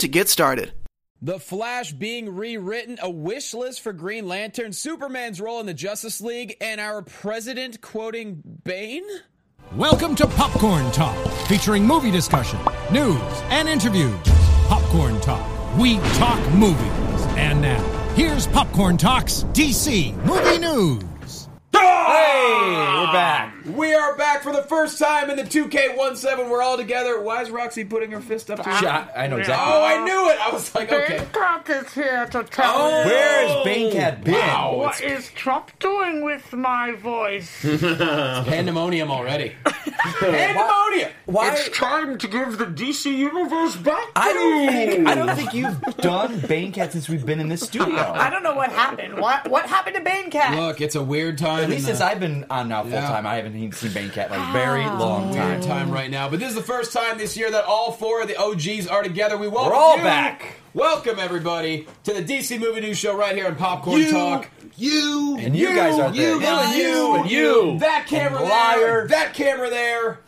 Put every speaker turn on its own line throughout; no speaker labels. to get started.
The Flash being rewritten, a wish list for Green Lantern, Superman's role in the Justice League, and our president quoting Bane?
Welcome to Popcorn Talk, featuring movie discussion, news, and interviews. Popcorn Talk, we talk movies. And now, here's Popcorn Talk's DC Movie News.
Hey, we're back. We are back for the first time in the 2K17. We're all together. Why is Roxy putting her fist up to her
Ah.
Yeah, I I know exactly.
Oh, I knew it. I was like, okay.
Bangkok is here to tell
Oh,
you
Where has Bankhead been?
Wow.
what is Trump doing with my voice.
Pandemonium already. Pandemonium.
Why?
it's time to give the DC universe back.
I don't think I don't think you've done Bankhead since we've been in this
I
studio.
don't know what happened. What what happened to Bane Cat?
Look, it's a weird time.
At least
in
since
the-
I've been on now full time, I haven't even seen Bankhead in a very long
weird
time.
time right now. But this is the first time this year that all four of the OGs are together. We welcome
We're all
you.
back.
Welcome everybody to the DC Movie News Show right here on Popcorn Talk.
You and you, guys are there.
you, and you, and you. That camera
And
there.
liar.
That camera there.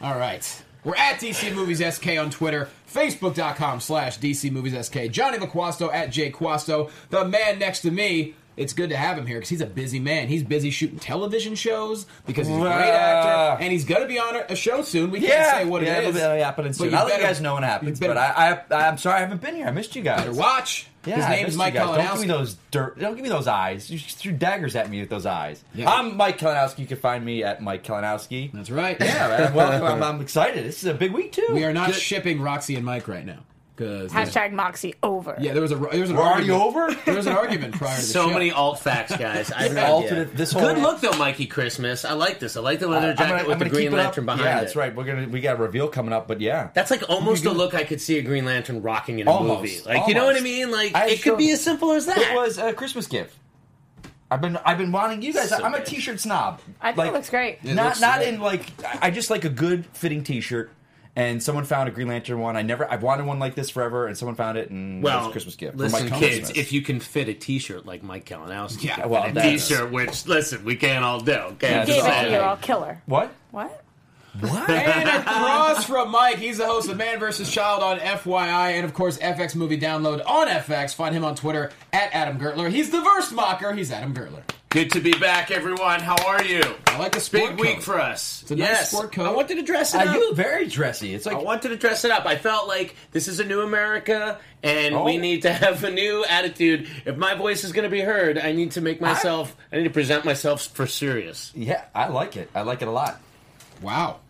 All right. We're at DC Movies SK on Twitter, Facebook.com slash DC Movies SK, Johnny LaQuasto at Jay Quasto, the man next to me. It's good to have him here because he's a busy man. He's busy shooting television shows because he's a great
Yeah.
actor, and he's going to be on a- a show soon. We
Yeah,
can't say what
yeah,
it
it'll
is.
be- it'll be happening soon.
you
I'll let
better-
you guys know when it happens.
you better-
But I, I, I'm sorry I haven't been here. I missed you guys.
Better watch.
Yeah,
His
I
name's
missed you
Mike
guys. Don't give me
Kalinowski.
those dirt. Don't give me those eyes. You just threw daggers at me with those eyes.
Yeah.
I'm Mike Kalinowski. You can find me at Mike Kalinowski.
That's right.
Yeah, man. Welcome. I'm, I'm excited. This is a big week too.
We are not
Good-
shipping Roxy and Mike right now because
Hashtag Moxie over.
yeah, there was a there was an
We're already
argument.
over.
There was an argument prior to the
So
show.
many alt facts, guys. I have no
Alternate-
idea.
this whole-
good look though, Mikey Christmas. I like this. I like the
I'm
leather
gonna-
jacket
I'm
with
gonna
the
keep
Green
it up.
Lantern behind
Yeah,
it.
that's right. We're gonna we got a reveal coming up, but yeah.
That's like almost a look I could see a Green Lantern rocking in a
Almost,
movie. Like you know what I
almost.
mean? Like
I
it
showed-
could be as simple as that.
It was a Christmas gift. I've been I've been wanting you guys.
So
I'm a
good.
t-shirt snob.
I think it looks great.
It
not
looks
not
great.
in like I I just like a good fitting t-shirt. And someone found a Green Lantern one. I never I've wanted one like this forever, and someone found it and it was
well,
a Christmas gift. for
Listen,
Mike
kids,
Thomas.
if you can fit a T-shirt like Mike Kalinowski,
Yeah,
yeah,
well,
well, a
that's-
T-shirt, which listen, we can't all do. Okay,
Yeah,
I'm
that's
Gave
just
it
all
to you,
saying.
I'll kill her.
what?
What?
And across from Mike, he's the host of Man vs. Child on FYI, and of course FX Movie Download on FX. Find him on Twitter at Adam Gertler. He's the verse mocker. He's Adam Gertler.
Good to be back, everyone. How are you?
I like the sport
Big week
coat.
for us. It's
a nice
yes,
sport coat.
I wanted to dress it
Uh,
up.
you look very dressy. It's like
I wanted to dress it up. I felt like this is a new America, and
Oh.
we need to have a new attitude. If my voice is going to be heard, I need to make myself. I, need to present myself for serious.
yeah, I like it. I like it a lot.
Wow.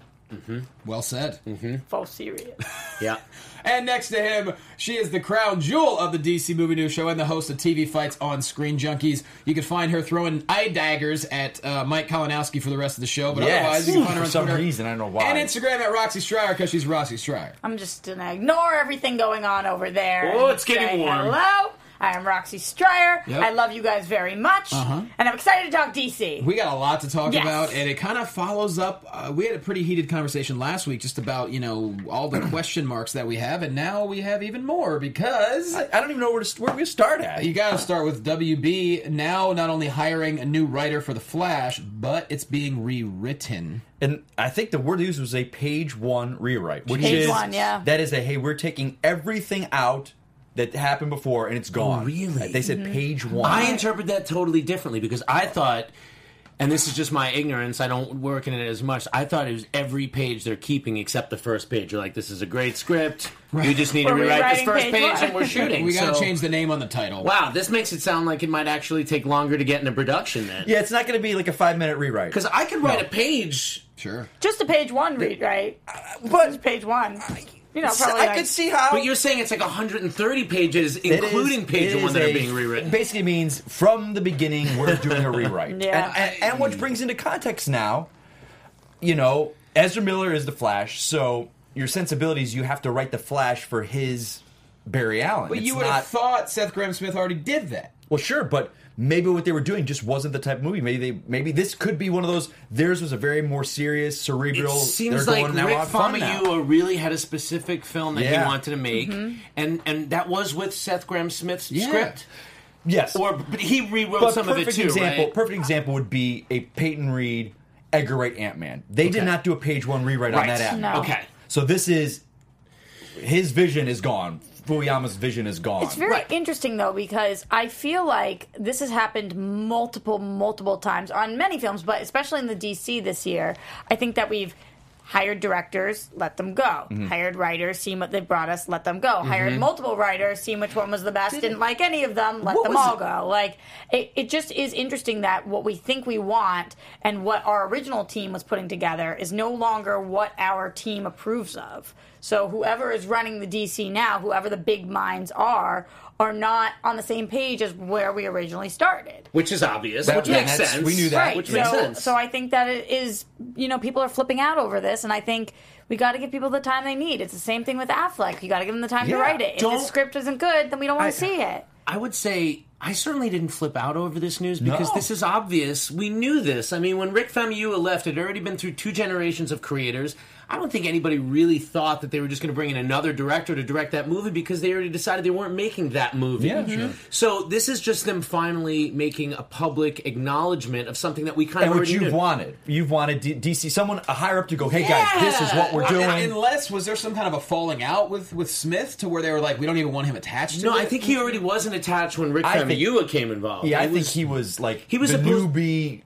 Well said.
Full serious.
Yeah,
And next to him, she is the crown jewel of the DC Movie News Show and the host of TV Fights on Screen Junkies. You can find her throwing eye daggers at uh, Mike Kalinowski for the rest of the show, but otherwise you can find her
for
on
some
Twitter
reason I don't know why.
and Instagram at Roxy Stryer because she's Roxy Stryer.
I'm just gonna ignore everything going on over there.
Oh,
and
it's getting
say
warm.
Hello, I am Roxy Stryer.
Yep.
I love you guys very much,
Uh-huh.
and I'm excited to talk DC.
We got a lot to talk
Yes.
about, and it kind of follows up. Uh, we had a pretty heated conversation last week just about you know all the question marks that we have, and now we have even more because
I don't even know where to where we start at.
you got to start with WB now not only hiring a new writer for the Flash, but it's being rewritten.
And I think the word used was a page one rewrite, which
Page
is
one, yeah.
that is a hey, we're taking everything out that happened before and it's gone.
really?
They said
Mm-hmm.
page one.
I interpret that totally differently because I thought, and this is just my ignorance. I don't work in it as much. I thought it was every page they're keeping except the first page. You're like, this is a great script. We just need to
We're
rewrite
rewriting
this first
page
page,
one.
and we're shooting.
We got to
So-
change the name on the title.
Wow, this makes it sound like it might actually take longer to get into production then.
yeah, it's not going to be like a five minute rewrite.
Because I could write a page
Sure.
just a page one read, right? Just
But
page one. You know, probably.
I
like,
could see how
But you're saying it's like 130 pages,
Oh. It is-
including page
it
one
is
that
a-
are being rewritten.
Basically means from the beginning we're doing a rewrite.
Yeah.
and, and, and which brings into context now, you know, Ezra Miller is the Flash, so your sensibilities you have to write the Flash for his Barry Allen.
But
It's
you would
not-
have thought Seth Graham Smith already did that.
Well, sure, but maybe what they were doing just wasn't the type of movie. Maybe they maybe this could be one of those. Theirs was a very more serious,
It
cerebral.
seems
they're
like
going now
Rick
on fun now.
Famuyiwa really had a specific film that
Yeah. Mm-hmm.
he wanted to make, and and that was with Seth Graham Smith's
Yeah.
script.
Yes,
Or but he rewrote
But
some of it
perfect
too,
Example,
right?
Perfect example would be a Peyton Reed, Edgar Wright Ant Man. They did
Okay.
not do a page one rewrite on
Right.
that Ant Man.
No.
Okay.
So this is his vision is gone. Fuyama's vision is gone.
It's very interesting though because I feel like this has happened multiple, multiple times on many films, but especially in the DC this year. I think that we've hired directors, let them go.
Mm-hmm.
Hired writers, seen what they brought us, let them go. Hired multiple writers, seen which one was the best, didn't like any of them, let
What
them
was
all
it?
go. Like it, it just is interesting that what we think we want and what our original team was putting together is no longer what our team approves of. So whoever is running the DC now, whoever the big minds are, are not on the same page as where we originally started.
Which is obvious,
That-
which
yeah,
makes
that's-
sense.
we knew that.
Right.
Which
so,
makes sense.
so I think that it is, you know, people are flipping out over this, and I think we got to give people the time they need. It's the same thing with Affleck. You got to give them the time
Yeah.
to write it. If the
Don't-
script isn't good, then we don't want to see it.
I would say I certainly didn't flip out over this news because
No.
this is obvious. We knew this. I mean, when Rick Famuyiwa left, it had already been through two generations of creators. I don't think anybody really thought that they were just going to bring in another director to direct that movie because they already decided they weren't making that movie. Mhm.
Yeah, sure.
So this is just them finally making a public acknowledgement of something that we kind
and
of
what
already
you've
knew.
wanted, you've wanted D- DC someone a higher up to go. Hey guys, this is what we're
Well,
doing.
and- Unless was there some kind of a falling out with with Smith to where they were like, we don't even want him attached. to
No,
it?
I think he already wasn't attached when Rick
I think-
Famuyiwa came involved.
yeah, I
It
think
was-
he was like
He was
the
supposed-
newbie.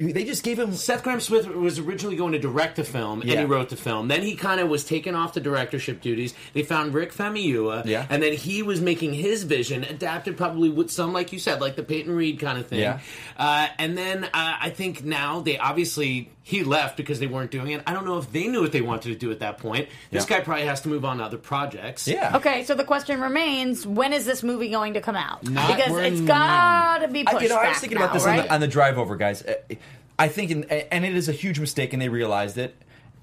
They just gave him
Seth Graham Smith was originally going to direct the film, and
Yeah.
he wrote the film. Then he kind of was taken off the directorship duties. They found Rick Famuyiwa,
Yeah.
and then he was making his vision, adapted probably with some, like you said, like the Peyton Reed kind of thing.
Yeah.
Uh, and then uh, I think now they obviously he left because they weren't doing it. I don't know if they knew what they wanted to do at that point. This
Yeah.
guy probably has to move on to other projects.
yeah.
Okay, so the question remains: When is this movie going to come out?
Not-
because
we're
it's
in-
got to be pushed
I, you know,
back
I was thinking
now,
about this on,
right?
the, on the drive over, guys. Uh, I think, in, and it is a huge mistake, and they realized it.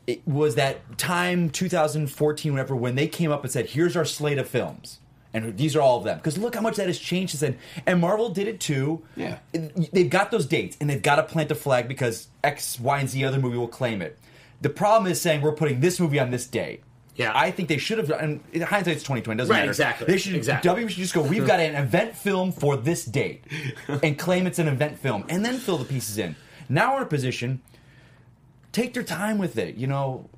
It was that time, 2014, whatever, when they came up and said, "Here's our slate of films." And these are all of them because look how much that has changed since then. And Marvel did it too.
Yeah.
And they've got those dates and they've got to plant a flag because X, Y, and Z other movie will claim it. The problem is saying we're putting this movie on this day.
Yeah.
I think they should have. And in hindsight, it's 2020. Doesn't
Right,
matter.
exactly,
They should.
exactly.
W should just go. We've got an event film for this date, and claim it's an event film, and then fill the pieces in. Now we're in a position. Take their time with it. You know,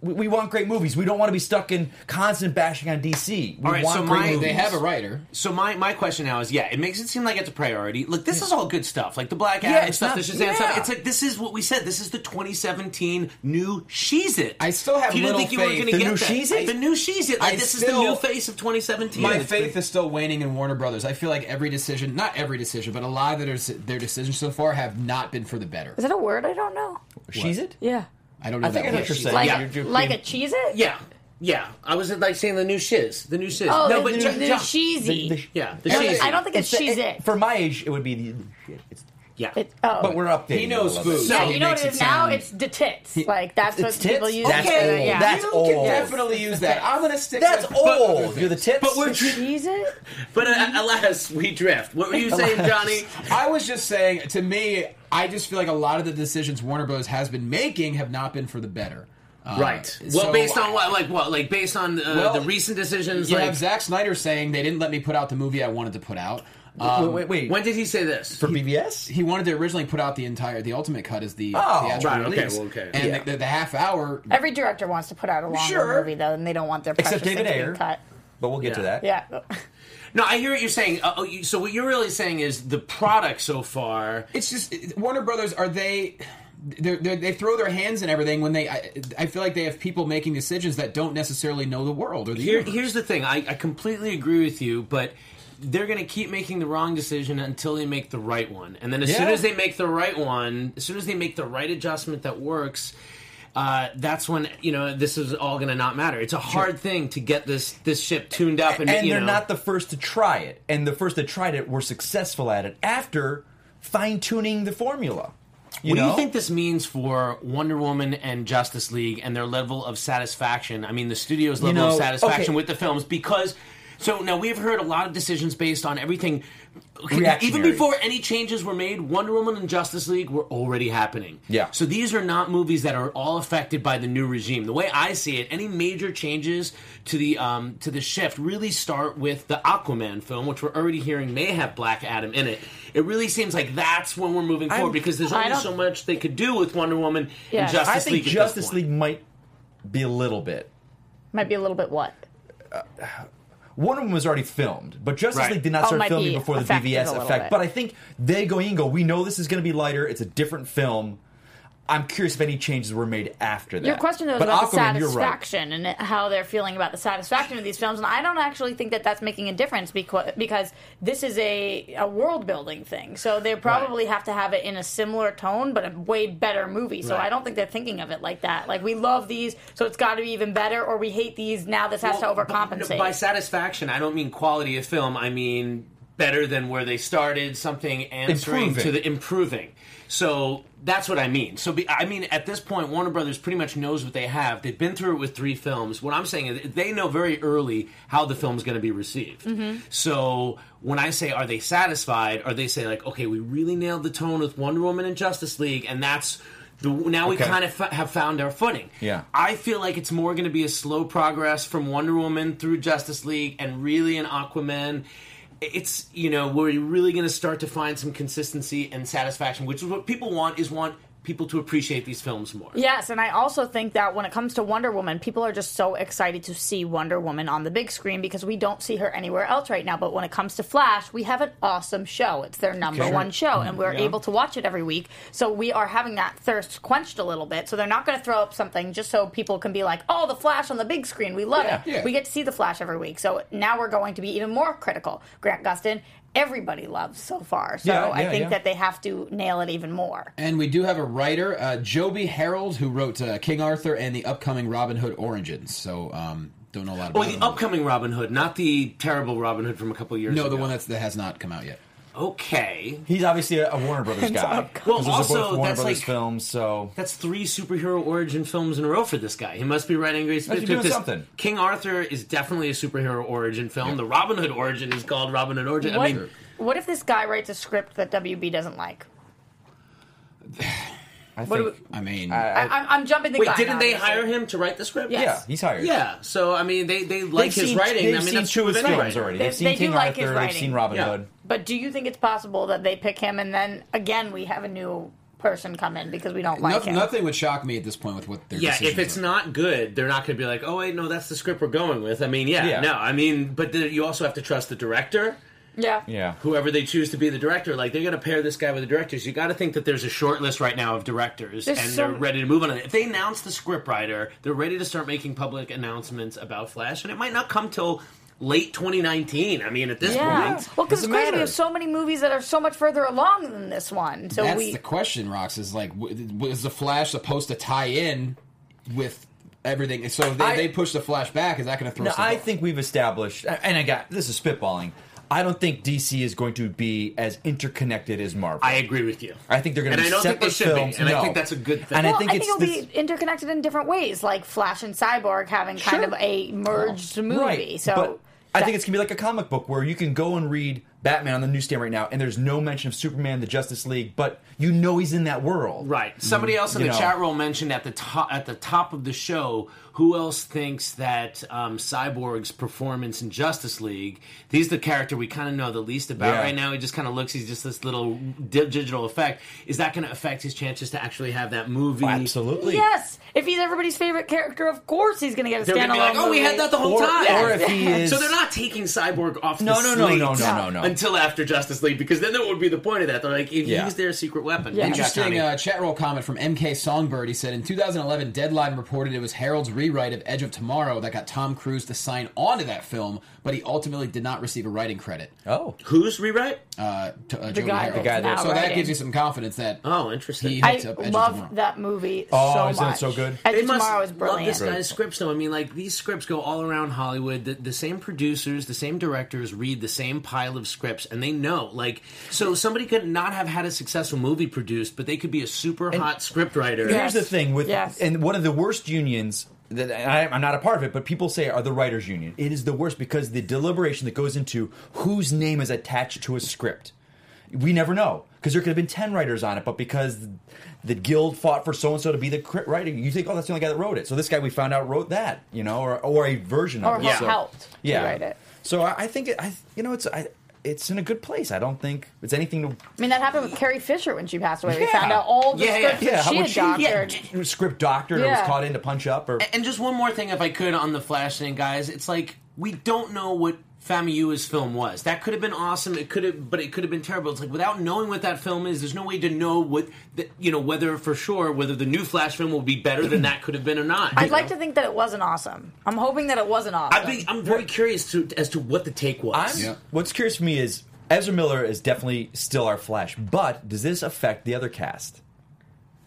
we, we want great movies. We don't want to be stuck in constant bashing on DC. We
All right,
want
so
great
my- they
movies.
they have a writer.
So my, my question now is, yeah, it makes it seem like it's a priority. Look, this is all good stuff, like the Black
Yeah,
Adam
it's
stuff,
not-
the Shazam stuff.
yeah.
It's like this is what we said. This is the 2017 new She's It.
I still have
if you didn't
little
think you were
faith-
going to
The
get
new
that.
She's-It?
The new She's It. Like
I
this
still-
is the new face of 2017.
My
It's
faith
been-
is still waning in Warner Brothers. I feel like every decision, not every decision, but a lot of their, their decisions so far have not been for the better.
is that a word? I don't know.
She's it.
Yeah,
I don't know.
I think I
that
know
word.
what you're saying.
like
Yeah.
You're- you're
like
being-
a cheese it.
yeah, yeah. I was like saying the new Shiz, the new Shiz.
Oh,
no,
the,
but
the,
John-
the
John-
cheesy.
the sh-
yeah, the
I don't-
She's
I don't think it's, cheese it.
For my age, it would be the shit. It's,
Yeah,
It- oh.
but we're updating.
He knows
it a little
food.
bit.
so
yeah,
he
you know
makes
what it
it
is now?
sound-
It's the tits. Like that's
It's
what
tits?
people use.
That's
it.
old.
Yeah.
That's
you
old.
can definitely use that. I'm going to stick
That's
with
old. You're the tips.
but we're
cheese it.
but uh, alas, we drift. What were you saying, Johnny?
I was just saying, to me, I just feel like a lot of the decisions Warner Brothers has been making have not been for the better. Uh,
Right. Well,
so-
based on what? Like what? Like based on uh,
Well,
the recent decisions?
You
like,
have Zack Snyder saying they didn't let me put out the movie I wanted to put out. Uh,
wait, Um, wait, wait.
When did he say this?
for BBS?
He wanted to originally put out the entire, the ultimate cut as the
Oh,
theatrical
right, okay,
release,
well, okay.
and
Yeah.
the, the, the half hour
Every director wants to put out a longer
Sure.
movie though, and they don't want their precious
Except David
things to be
Ayer.
cut.
But we'll get to
Yeah.
that.
Yeah.
No, I hear what you're saying. Uh, oh, you, so what you're really saying is the product so far.
it's just it- Warner Brothers are they they're, they're, they throw their hands in everything when they I, I feel like they have people making decisions that don't necessarily know the world or the
Here,
universe.
here's the thing. I, I completely agree with you, but they're going to keep making the wrong decision until they make the right one. And then as soon
Yeah.
as they make the right one, as soon as they make the right adjustment that works. Uh, that's when you know this is all going to not matter. It's a hard thing to get this this ship tuned up, and,
and
you
they're
know,
not the first to try it. And the first that tried it were successful at it after fine tuning the formula. You
what do
know?
you think this means for Wonder Woman and Justice League and their level of satisfaction? I mean, the studio's level
know,
of satisfaction
okay.
with the films because. So now we've heard a lot of decisions based on everything. Okay, even
Reactionary.
before any changes were made, Wonder Woman and Justice League were already happening.
Yeah.
So these are not movies that are all affected by the new regime. The way I see it, any major changes to the um, to the shift really start with the Aquaman film, which we're already hearing may have Black Adam in it. It really seems like that's when we're moving forward because there's
I
only
don't-
so much they could do with Wonder Woman
Yeah.
and Justice
I think
League. at this
Justice
point.
League might be a little bit.
Might be a little bit what?
One of them was already filmed, but Justice
Right.
League did not
Oh,
start
might
filming
be
before the
affected a
BVS
little
effect.
bit.
But I think they go in and go, we know this is going to be lighter. It's a different film. I'm curious if any changes were made after that.
Your question though is
but
about the
Aquaman, you're right.
satisfaction and how they're feeling about the satisfaction of these films, and I don't actually think that that's making a difference because because this is a, a world building thing. So they probably have to have it in a similar tone, but a way better movie. So
Right.
I don't think they're thinking of it like that. Like we love these, so it's got to be even better, or we hate these. Now this has
Well,
to
but-
overcompensate.
By satisfaction, I don't mean quality of film. I mean better than where they started. Something answering
Improving.
to the improving. So that's what I mean. So be, I mean, at this point, Warner Brothers pretty much knows what they have. They've been through it with three films. What I'm saying is they know very early how the film's going to be received.
Mm-hmm.
So when I say are they satisfied, or they say like, okay, we really nailed the tone with Wonder Woman and Justice League, and that's. The, now we
Okay.
kind of f- have found our footing.
Yeah.
I feel like it's more going to be a slow progress from Wonder Woman through Justice League and really in Aquaman. It's you know where you're really going to start to find some consistency and satisfaction, which is what people want. Is want people to appreciate these films more.
Yes, and I also think that when it comes to Wonder Woman, people are just so excited to see Wonder Woman on the big screen because we don't see her anywhere else right now. But when it comes to Flash, we have an awesome show. It's their number one show, and we're able to watch it every week. So we are having that thirst quenched a little bit. So they're not going to throw up something just so people can be like, oh, the Flash on the big screen. We love it.
Yeah.
We get to see the Flash every week. So now we're going to be even more critical. Grant Gustin, everybody loves so far. So
Yeah, yeah,
I think
yeah.
that they have to nail it even more.
And we do have a writer, uh, Joby Harold, who wrote uh, King Arthur and the upcoming Robin Hood Origins. So um, don't know a lot about
Or Oh, the
him.
upcoming Robin Hood, not the terrible Robin Hood from a couple years
No, the
ago.
one that's, that has not come out yet.
okay.
He's obviously a, a Warner Brothers guy.
Well,
Those are both
also,
Warner
that's
Brothers
like-
films, so
That's three superhero origin films in a row for this guy. He must be writing great
Must be
scripts.
doing
This-
something.
King Arthur is definitely a superhero origin film. The Robin Hood origin is called Robin Hood origin.
What,
I mean,
what if this guy writes a script that WB doesn't like?
I
What do
think.
I mean,
I, I'm, I'm jumping the
wait,
gun.
didn't they
obviously.
hire him to write the script?
Yes.
yeah, he's hired.
Yeah, so I mean, they they like
They've
his
seen-
writing.
They've
I mean,
seen
that's
two of his
with any
films
writer.
already.
They-
They've seen
they do
King
like his
Arthur. They've
writing.
seen Robin
Yeah.
Hood.
But do you think it's possible that they pick him and then again we have a new person come in because we don't like
nothing,
him?
nothing would shock me at this point with what their
Yeah, if
decisions
it's
are.
not good, they're not going to be like, oh wait, no, that's the script we're going with. I mean, yeah,
Yeah.
no, I mean, but the, you also have to trust the director,
Yeah.
Yeah.
whoever they choose to be the director. Like they're going to pair this guy with the directors. You got to think that there's a short list right now of directors,
There's
and
so-
they're ready to move on. it. If they announce the script writer, they're ready to start making public announcements about Flash, and it might not come till late 2019. I mean, at this
Yeah.
point,
Well, because it's
Doesn't
crazy. We
matter.
have so many movies that are so much further along than this one. So
That's
we.
the question, Rox. Is like, w- was the Flash supposed to tie in with everything? So if they,
I-
they push the Flash back, is that going to throw?
No,
some
I think we've established, and I got this is spitballing. I don't think DC is going to be as interconnected as Marvel.
I agree with you.
I think they're going to
And
be
I don't think
separate
they should be,
films.
and I
No.
think that's a good thing.
And
well,
I think it's
it'll
this,
be interconnected in different ways, like Flash and Cyborg having kind
Sure.
of a merged movie.
right.
So
but I
that-
think it's going to be like a comic book where you can go and read Batman on the newsstand right now, and there's no mention of Superman, the Justice League, but you know he's in that world.
Right. Somebody else in
you
the
know.
chat room mentioned at the top at the top of the show who else thinks that um, Cyborg's performance in Justice League. He's the character we kind of know the least about
Yeah.
right now. He just kind of looks. He's just this little di- digital effect. Is that going to affect his chances to actually have that movie?
Absolutely.
yes, if he's everybody's favorite character, of course he's going to get a
They're going
standalone.
to be like, oh,
movie."
we had that the whole
Or,
time.
or if he is.
So they're not taking Cyborg off
No,
the
no,
slate
no, no, no, no, no.
until after Justice League because then that would be the point of that. They're like, if
Yeah.
he's their secret weapon.
Yeah.
Thank you,
Interesting
Johnny.
uh, chat roll comment from MK Songbird. He said in 2011, Deadline reported it was Harold's rewrite of Edge of Tomorrow that got Tom Cruise to sign on to that film, but he ultimately did not receive a writing credit.
Oh,
Who's rewrite?
Uh, to, uh, Jody
guy
Harold.
that's The guy now
so that
writing.
gives you some confidence that
Oh, interesting.
he
I
hooked up Edge of Tomorrow.
love that movie so
Oh, isn't it
much.
so good?
Edge
They
of
must
Tomorrow is
love this
brilliant.
guy's scripts, though. I mean, like these scripts go all around Hollywood. The, the same producers, the same directors read the same pile of scripts, and they know. Like, so somebody could not have had a successful movie produced, but they could be a super hot script writer.
Yeah.
here's the thing with
Yes.
and one of the worst unions that and I, I'm not a part of it, but people say are the writers' union. It is the worst because the deliberation that goes into whose name is attached to a script. We never know because there could have been ten writers on it, but because the, guild fought for so and so to be the cri- writer, you think, oh, that's the only guy that wrote it. So this guy we found out wrote that, you know, or or a version
Or
of it.
yeah.
So-
helped
yeah.
to write it.
So I, I think it, I, you know, it's I, it's in a good place. I don't think it's anything to
I mean, that happened with Carrie Fisher when she passed away. We
Yeah.
found out all the
Yeah, yeah,
scripts
yeah.
that
How
she
would
had
she-
doctored.
script doctor that was
Yeah.
caught in to punch up or
And just one more thing, if I could, on the Flash thing, guys. It's like we don't know what Famuyiwa's film was. That could have been awesome. It could have, but it could have been terrible. It's like without knowing what that film is, there's no way to know what the, you know whether for sure whether the new Flash film will be better than that could have been or not.
I'd like to think that it wasn't awesome. I'm hoping that it wasn't awesome.
I'd be, I'm very curious to, as to what the take was.
I'm,
Yeah.
What's curious for me is Ezra Miller is definitely still our Flash, but does this affect the other cast?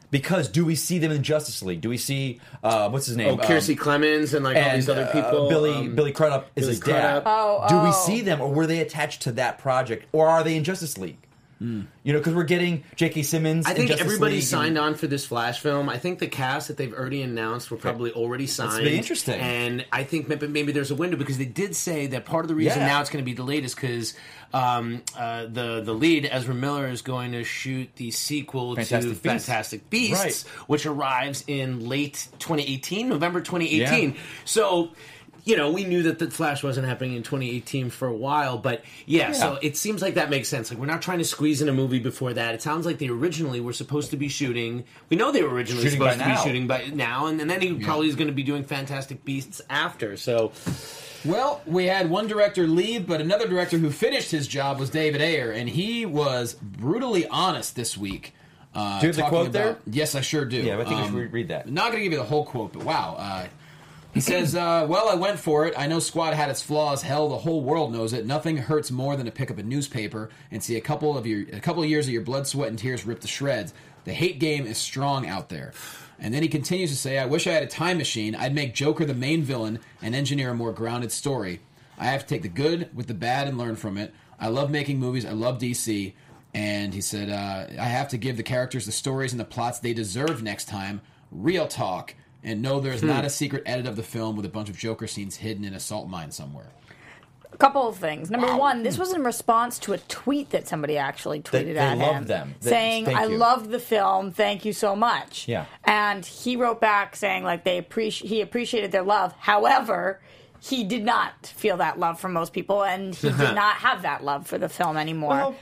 Because do we see them in Justice League? Do we see uh, what's his name?
Oh, Kiersey Clemens and like all these other
uh,
people.
Billy
um,
Billy Crudup is
Billy
his dad.
Crudup. Oh,
do we
oh.
see them, or were they attached to that project, or are they in Justice League? You know, because we're getting J.K. Simmons.
Hmm. I
in
think
Justice
everybody
League
signed
and,
on for this Flash film. I think the cast that they've already announced were probably already signed.
gonna be interesting.
And I think maybe, maybe there's a window because they did say that part of the reason
Yeah.
now it's going to be delayed is because um, uh, the the lead Ezra Miller is going to shoot the sequel to
Fantastic Beasts.
Fantastic Beasts,
Right.
which arrives in late 2018, November 2018.
Yeah.
So. You know, we knew that the Flash wasn't happening in 2018 for a while, but yeah, so it seems like that makes sense. Like we're not trying to squeeze in a movie before that. It sounds like they originally were supposed to be shooting. We know they were originally
Shooting
supposed
by
to be
now.
shooting by now, and, and then he probably is going to be doing Fantastic Beasts after. So
Well, we had one director leave, but another director who finished his job was David Ayer, and he was brutally honest this week. Uh,
Do you have the
talking
quote there?
Yes, I sure do. Um,
Yeah, but I
um,
think we should re- read that.
Not going to give you the whole quote, but wow. Uh, he says, uh, Well, I went for it. I know Squad had its flaws. Hell, the whole world knows it. Nothing hurts more than to pick up a newspaper and see a couple of your a couple of years of your blood, sweat, and tears ripped to shreds. The hate game is strong out there. And then he continues to say, I wish I had a time machine. I'd make Joker the main villain and engineer a more grounded story. I have to take the good with the bad and learn from it. I love making movies. I love DC. And he said, uh, I have to give the characters the stories and the plots they deserve next time. Real talk. And no, there's not a secret edit of the film with a bunch of Joker scenes hidden in a salt mine somewhere.
A couple of things. Number one, this was in response to a tweet that somebody actually tweeted
they
at
love
him,
them. They-
saying,
thank
"I
you."
love the film. Thank you so much."
Yeah.
And he wrote back saying, like they appreciate he appreciated their love. However, he did not feel that love from most people, and he did not have that love for the film anymore.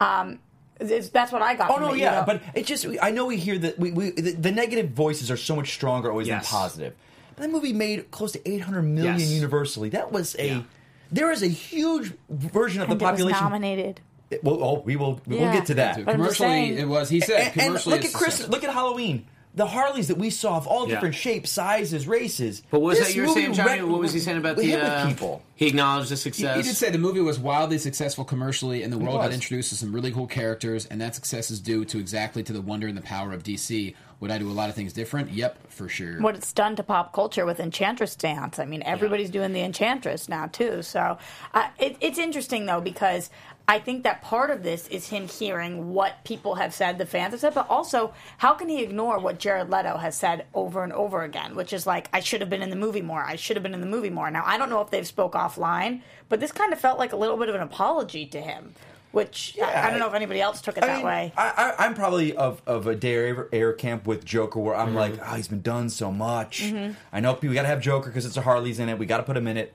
um, it's- that's what I got.
Oh
from
no,
it, you
yeah,
know.
but it just—I know we hear that we, we the, the negative voices are so much stronger always
Yes.
than positive. But that movie made close to 800 million
Yes.
universally. That was a there is a huge version of
And
the
it was
population.
nominated.
Well, oh, we will we will
Yeah.
get to that.
So
I'm just
commercially,
saying-
it was, he said,
And, and
commercially.
look at
it's
Chris.
successful.
Look at Halloween. The Harleys that we saw of all different shapes, sizes, races.
But what was
This
that you were
movie
saying, Johnny?
re-
What was he saying about
we
the
hit with
uh,
people?
He acknowledged the
He,
success.
he did say the movie was wildly successful commercially, and the world got
was.
introduced to some really cool characters, and that success is due to exactly to the wonder and the power of DC. Would I do a lot of things different? Yep, for sure.
what it's done to pop culture with Enchantress dance. I mean, everybody's doing the Enchantress now too. So uh, it, it's interesting though because I think that part of this is him hearing what people have said, the fans have said, but also how can he ignore what Jared Leto has said over and over again, which is like, I should have been in the movie more. I should have been in the movie more. Now I don't know if they've spoke offline, but this kind of felt like a little bit of an apology to him. Which I- I,
Yeah,
don't know if anybody else took it
I
that
mean,
way.
I, I, I'm probably of, of a day air, air camp with Joker where
Mm-hmm.
I'm like, oh, he's been done so much.
Mm-hmm.
I know people, we got to have Joker because it's a Harley's in it. We got to put him in it.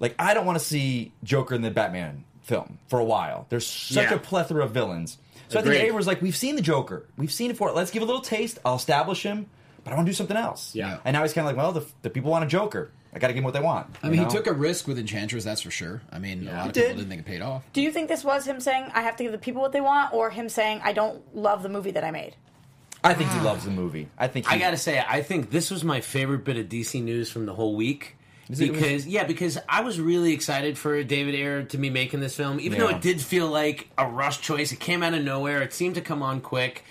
Like, I don't want to see Joker in the Batman film for a while. There's such
Yeah.
a plethora of villains. So I
Agreed.
think Ayer was like, we've seen the Joker. We've seen it for it. Let's give it a little taste. I'll establish him, but I want to do something else.
Yeah.
And now he's kind of like, well, the, the people want a Joker. I got to give them what they want.
I mean, he took a risk with Enchantress, that's for sure. I mean, a lot of people
He did.
didn't think it paid off.
Do you think this was him saying I have to give the people what they want, or him saying I don't love the movie that I made?
I think he loves the movie. I think he,
I gotta say, I think this was my favorite bit of DC news from the whole week.
it- it was-
Because yeah, because I was really excited for David Ayer to be making this film, even though
Yeah.
it did feel like a rush choice. It came out of nowhere. It seemed to come on quick.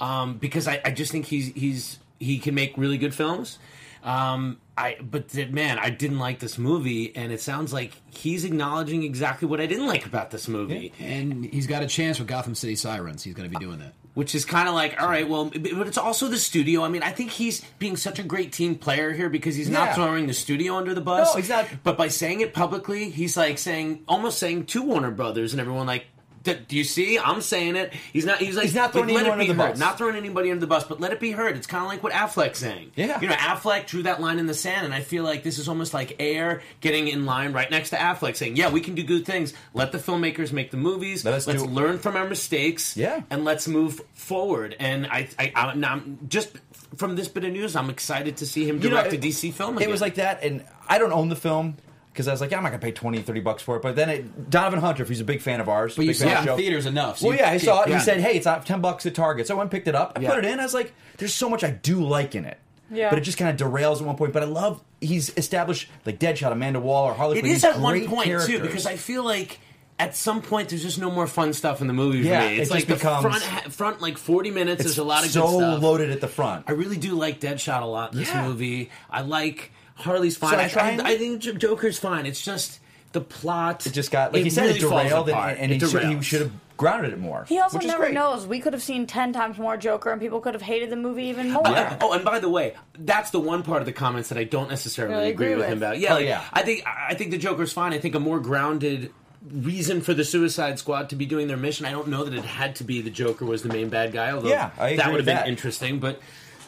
Um, because I, I just think he's he's he can make really good films. Um, I but th- man, I didn't like this movie, and it sounds like he's acknowledging exactly what I didn't like about this movie.
And he's got a chance with Gotham City Sirens. He's going to be doing that.
which is kind of like all right well b- but it's also the studio i mean i think he's being such a great team player here because he's not
Yeah.
throwing the studio under the bus
No, he's not-
but by saying it publicly he's like saying almost saying to warner brothers and everyone like "D- do you see? I'm saying it. He's not. He's like.
He's not throwing
but let
anyone
it be
under the
heard.
bus.
Not throwing anybody under the bus, but let it be heard. It's kind of like what Affleck's saying.
Yeah.
You know, Affleck drew that line in the sand, and I feel like this is almost like Air getting in line right next to Affleck, saying, "Yeah, we can do good things. Let the filmmakers make the movies.
Let us
let's
do-
learn from our mistakes.
Yeah.
and let's move forward. And I, I, I now I'm just from this bit of news, I'm excited to see him
You know,
direct
it-
a DC film.
It
again.
was like that, and I don't own the film because I was like, yeah, I'm not gonna pay 20, 30 bucks for it. But then it, Donovan Hunter, who's a big fan of ours,
But you
big fan
saw
of
it
the
in
show-
theaters enough. So
well,
you-
yeah, I saw it. and
yeah.
He said, "Hey, it's not ten bucks at Target." So I went and picked it up. I
Yeah.
put it in. I was like, "There's so much I do like in it."
Yeah.
But it just kind of derails at one point. But I love he's established like Deadshot, Amanda Waller, Harley.
it
Quinn,
is
these
at one
great
point too,
characters.
because I feel like. At some point, there's just no more fun stuff in the movie for
Yeah,
me.
it just
It's like the
becomes-
front, ha- front like 40 minutes.
it's
There's a lot of
so
good stuff.
loaded at the front.
I really do like Deadshot a lot in this
Yeah.
movie. I like Harley's fine.
So I
I,
try
I,
and-
I think J- Joker's fine. It's just the plot.
It just got like
it
he said,
really
it
falls
derailed, and,
apart.
and
It
he, should, he
derails.
should have grounded it more.
He also
which is
never
great.
knows. We could have seen ten times more Joker, and people could have hated the movie even more.
Yeah.
Oh, and by the way, that's the one part of the comments that I don't necessarily
Really
agree,
agree
with him
with.
about. Yeah,
Oh,
like,
yeah.
I think I think the Joker's fine. I think a more grounded reason for the Suicide Squad to be doing their mission. I don't know that it had to be the Joker was the main bad guy. Although
Yeah, I agree
that would
with
have been
that.
interesting, but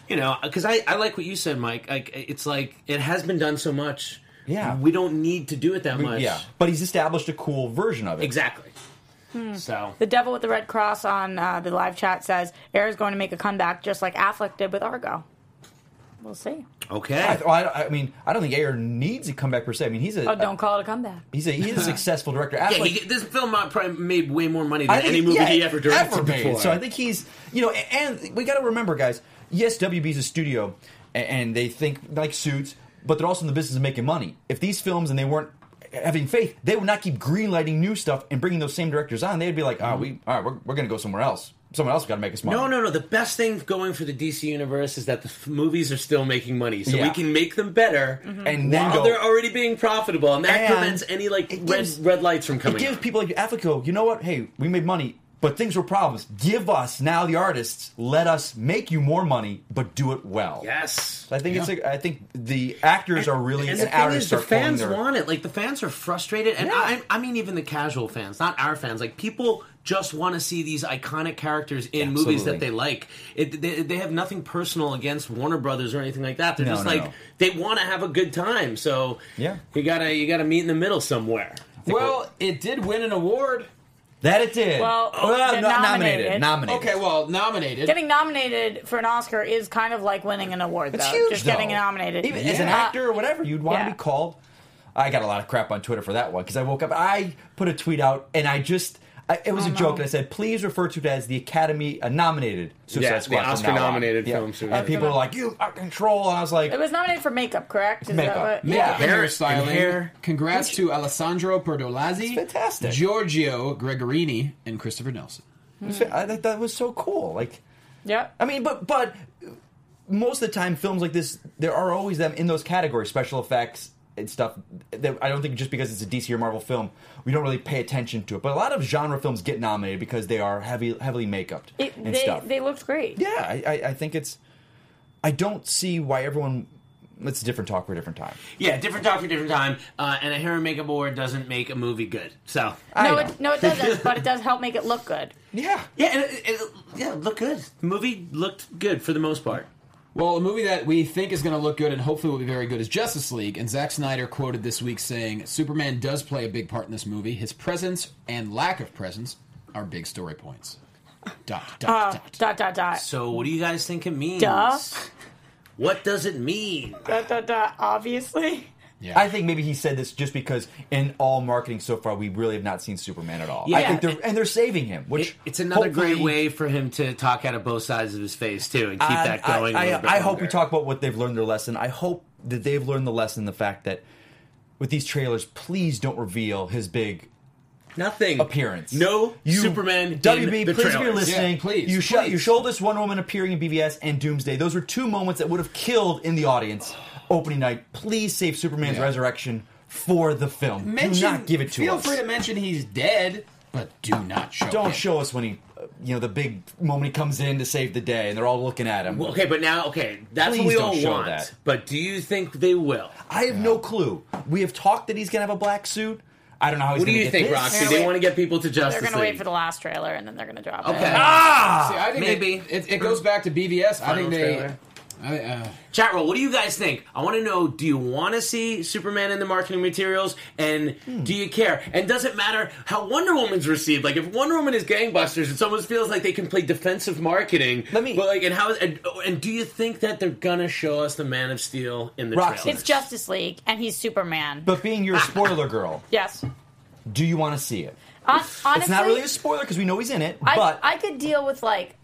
you know, because I, I like what you said, Mike. Like it's like it has been done so much.
Yeah.
we don't need to do it that much.
Yeah, but he's established a cool version of it.
exactly. So
The Devil with the Red Cross on uh, the live chat says Air is going to make a comeback, just like Affleck did with Argo. We'll see.
okay,
I, well, I, don't- I mean, I don't think Ayer needs a comeback per se. I mean, he's a
Oh, don't call it a comeback.
he's a he's a successful director.
yeah,
Affleck-
he, this film probably made way more money than
I think-
any movie
yeah,
he ever directed
ever made.
before.
So I think he's, you know, a- and we got to remember, guys. Yes, WB's a studio, a- and they think like suits, but they're also in the business of making money. If these films and they weren't having faith, they would not keep greenlighting new stuff and bringing those same directors on. They'd be like, oh, we, all right, we're, we're going to go somewhere else. Someone else got to make us money.
No, no, no. The best thing going for the DC universe is that the f- movies are still making money, so we
Yeah.
can make them better,
And then
while
go-
they're already being profitable, and that
And
prevents any like
it
red
gives-
red lights from
It
coming.
gives
out.
people like Affleck go, you know what? Hey, we made money, but things were problems. Give us now the artists. Let us make you more money, but do it well.
yes.
I think it's. Like, I think the actors are really
and
and,
the thing
artists
is, the
are pulling
fans
their-
want it. Like the fans are frustrated, and
Yeah.
I, I mean, even the casual fans, not our fans. Like people just want to see these iconic characters in movies that
Absolutely.
they like. It, they, they have nothing personal against Warner Brothers or anything like that. They're
No,
just
no,
like
no.
they want to have a good time. So
Yeah.
you gotta you gotta meet in the middle somewhere.
Well, it did win an award.
That it did.
Well, they're
not
nominated.
nominated. Nominated.
Okay, well, nominated.
Getting nominated for an Oscar is kind of like winning an award,
It's
though.
huge,
just
though.
getting nominated.
Even as an
Uh,
actor or whatever, you'd want
yeah.
to be called. I got a lot of crap on Twitter for that one because I woke up. I put a tweet out and I just. I, it was
Oh,
a joke, and I said, "Please refer to it as the Academy uh, nominated Suicide
Yeah, the
Squad." from now on."
Oscar-nominated
Yeah.
film, Suicide
And people were like, "You are control," and I was like,
It was nominated for makeup, correct? Is
Makeup. Makeup.
what-
Makeup
Yeah.
and
Hair-
hair styling.
and hair.
Congrats to Alessandro Perdolazzi,
That's fantastic.
Giorgio Gregorini, and Christopher Nelson.
"I think that was so cool." Like,
Yep.
I mean, but but most of the time, films like this, there are always them in those categories, special effects and stuff. That I don't think just because it's a DC or Marvel film, we don't really pay attention to it. But a lot of genre films get nominated because they are heavy, heavily makeuped
It,
and
they,
stuff.
they looked great.
yeah, I, I, I think it's. I don't see why everyone. It's a different talk for a different time.
Yeah, different talk for different time. Uh, and a hair and makeup award doesn't make a movie good. So
No,
I know.
it, no, it doesn't, but it does help make it look good.
Yeah.
yeah, and it, it, yeah, look good. The movie looked good for the most part.
Well, a movie that we think is going to look good and hopefully will be very good is Justice League. And Zack Snyder quoted this week saying, Superman does play a big part in this movie. His presence and lack of presence are big story points. Dot, dot, dot.
Dot, dot, dot.
So what do you guys think it means?
Duh.
What does it mean?
Dot, dot, dot. Obviously.
Yeah.
I think maybe he said this just because in all marketing so far, we really have not seen Superman at all. I
Yeah.
think they're and they're saving him, which
It- it's another great
hopefully-
way for him to talk out of both sides of his face too, and keep
I-
that going.
I,
a
I,
little bit
I hope we
longer.
talk about what they've learned their lesson. I hope that they've learned the lesson the fact that with these trailers, please don't reveal his big
nothing
appearance.
No
You-
Superman.
WB,
in the
please if you're
trailers.
listening,
Yeah, please,
You, sho-
please.
you showed us Wonder Woman appearing in BVS and Doomsday. Those were two moments that would have killed in the audience opening night. Please save Superman's
Yeah.
resurrection for the film. do not give it to
feel
us.
free to mention he's dead, but do not show.
don't
him.
show us when he, uh, you know, the big moment he comes in to save the day, and they're all looking at him.
Well, okay, but now okay, that's
Please
what we
don't
all
show
want.
that.
But do you think they will?
I have no clue. We have talked that he's gonna have a black suit. I don't know how he's
What do
gonna
you
get
think,
this.
Roxy?
They're
They
wait-
want to get people to
They're
justice.
going to wait
League.
for the last trailer and then they're going to drop
Okay.
it. Ah!
See, I think
Maybe.
it, it, it goes back to BVS. I think
Final
they.
trailer.
I, uh,
Chat roll, what do you guys think? I want to know do you want to see Superman in the marketing materials and
Hmm.
do you care? And does it matter how Wonder Woman's received? Like, if Wonder Woman is gangbusters, it almost feels like they can play defensive marketing.
Let me-
But, like, and how, and, and do you think that they're going to show us the Man of Steel in the
Roxy.
trailer?
It's Justice League and he's Superman.
But being your spoiler girl,
yes.
do you want to see it?
Hon- honestly,
It's not really a spoiler because we know he's in it,
I,
but
I could deal with like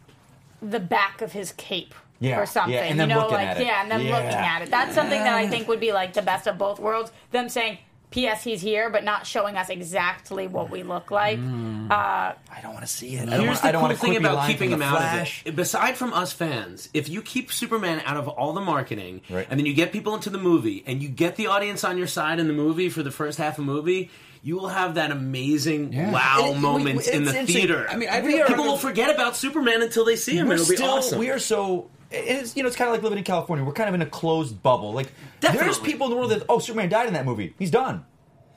the back of his cape.
Yeah, yeah,
or something,
and then
you know,
looking
like
at it.
yeah, and then
Yeah.
looking at it. That's something that I think would be like the best of both worlds. Them saying, "P.S. He's here," but not showing us exactly what we look like.
Mm.
Uh,
I don't want to see it. I don't
Here's
wanna-
the
I don't
cool
want
thing about keeping him out
Flash.
of it. Beside from us fans, if you keep Superman out of all the marketing,
Right.
and then you get people into the movie, and you get the audience on your side in the movie for the first half of the movie, you will have that amazing
Yeah.
wow
And it-
moment
we- we-
in the
it's interesting.
theater.
I mean, I
We
think
are-
people will forget about Superman until they see him.
We're
and It'll be
still,
awesome.
we are so. and It's you know it's kind of like living in California. We're kind of in a closed bubble. Like there's
Definitely.
people in the world that oh Superman died in that movie. He's done.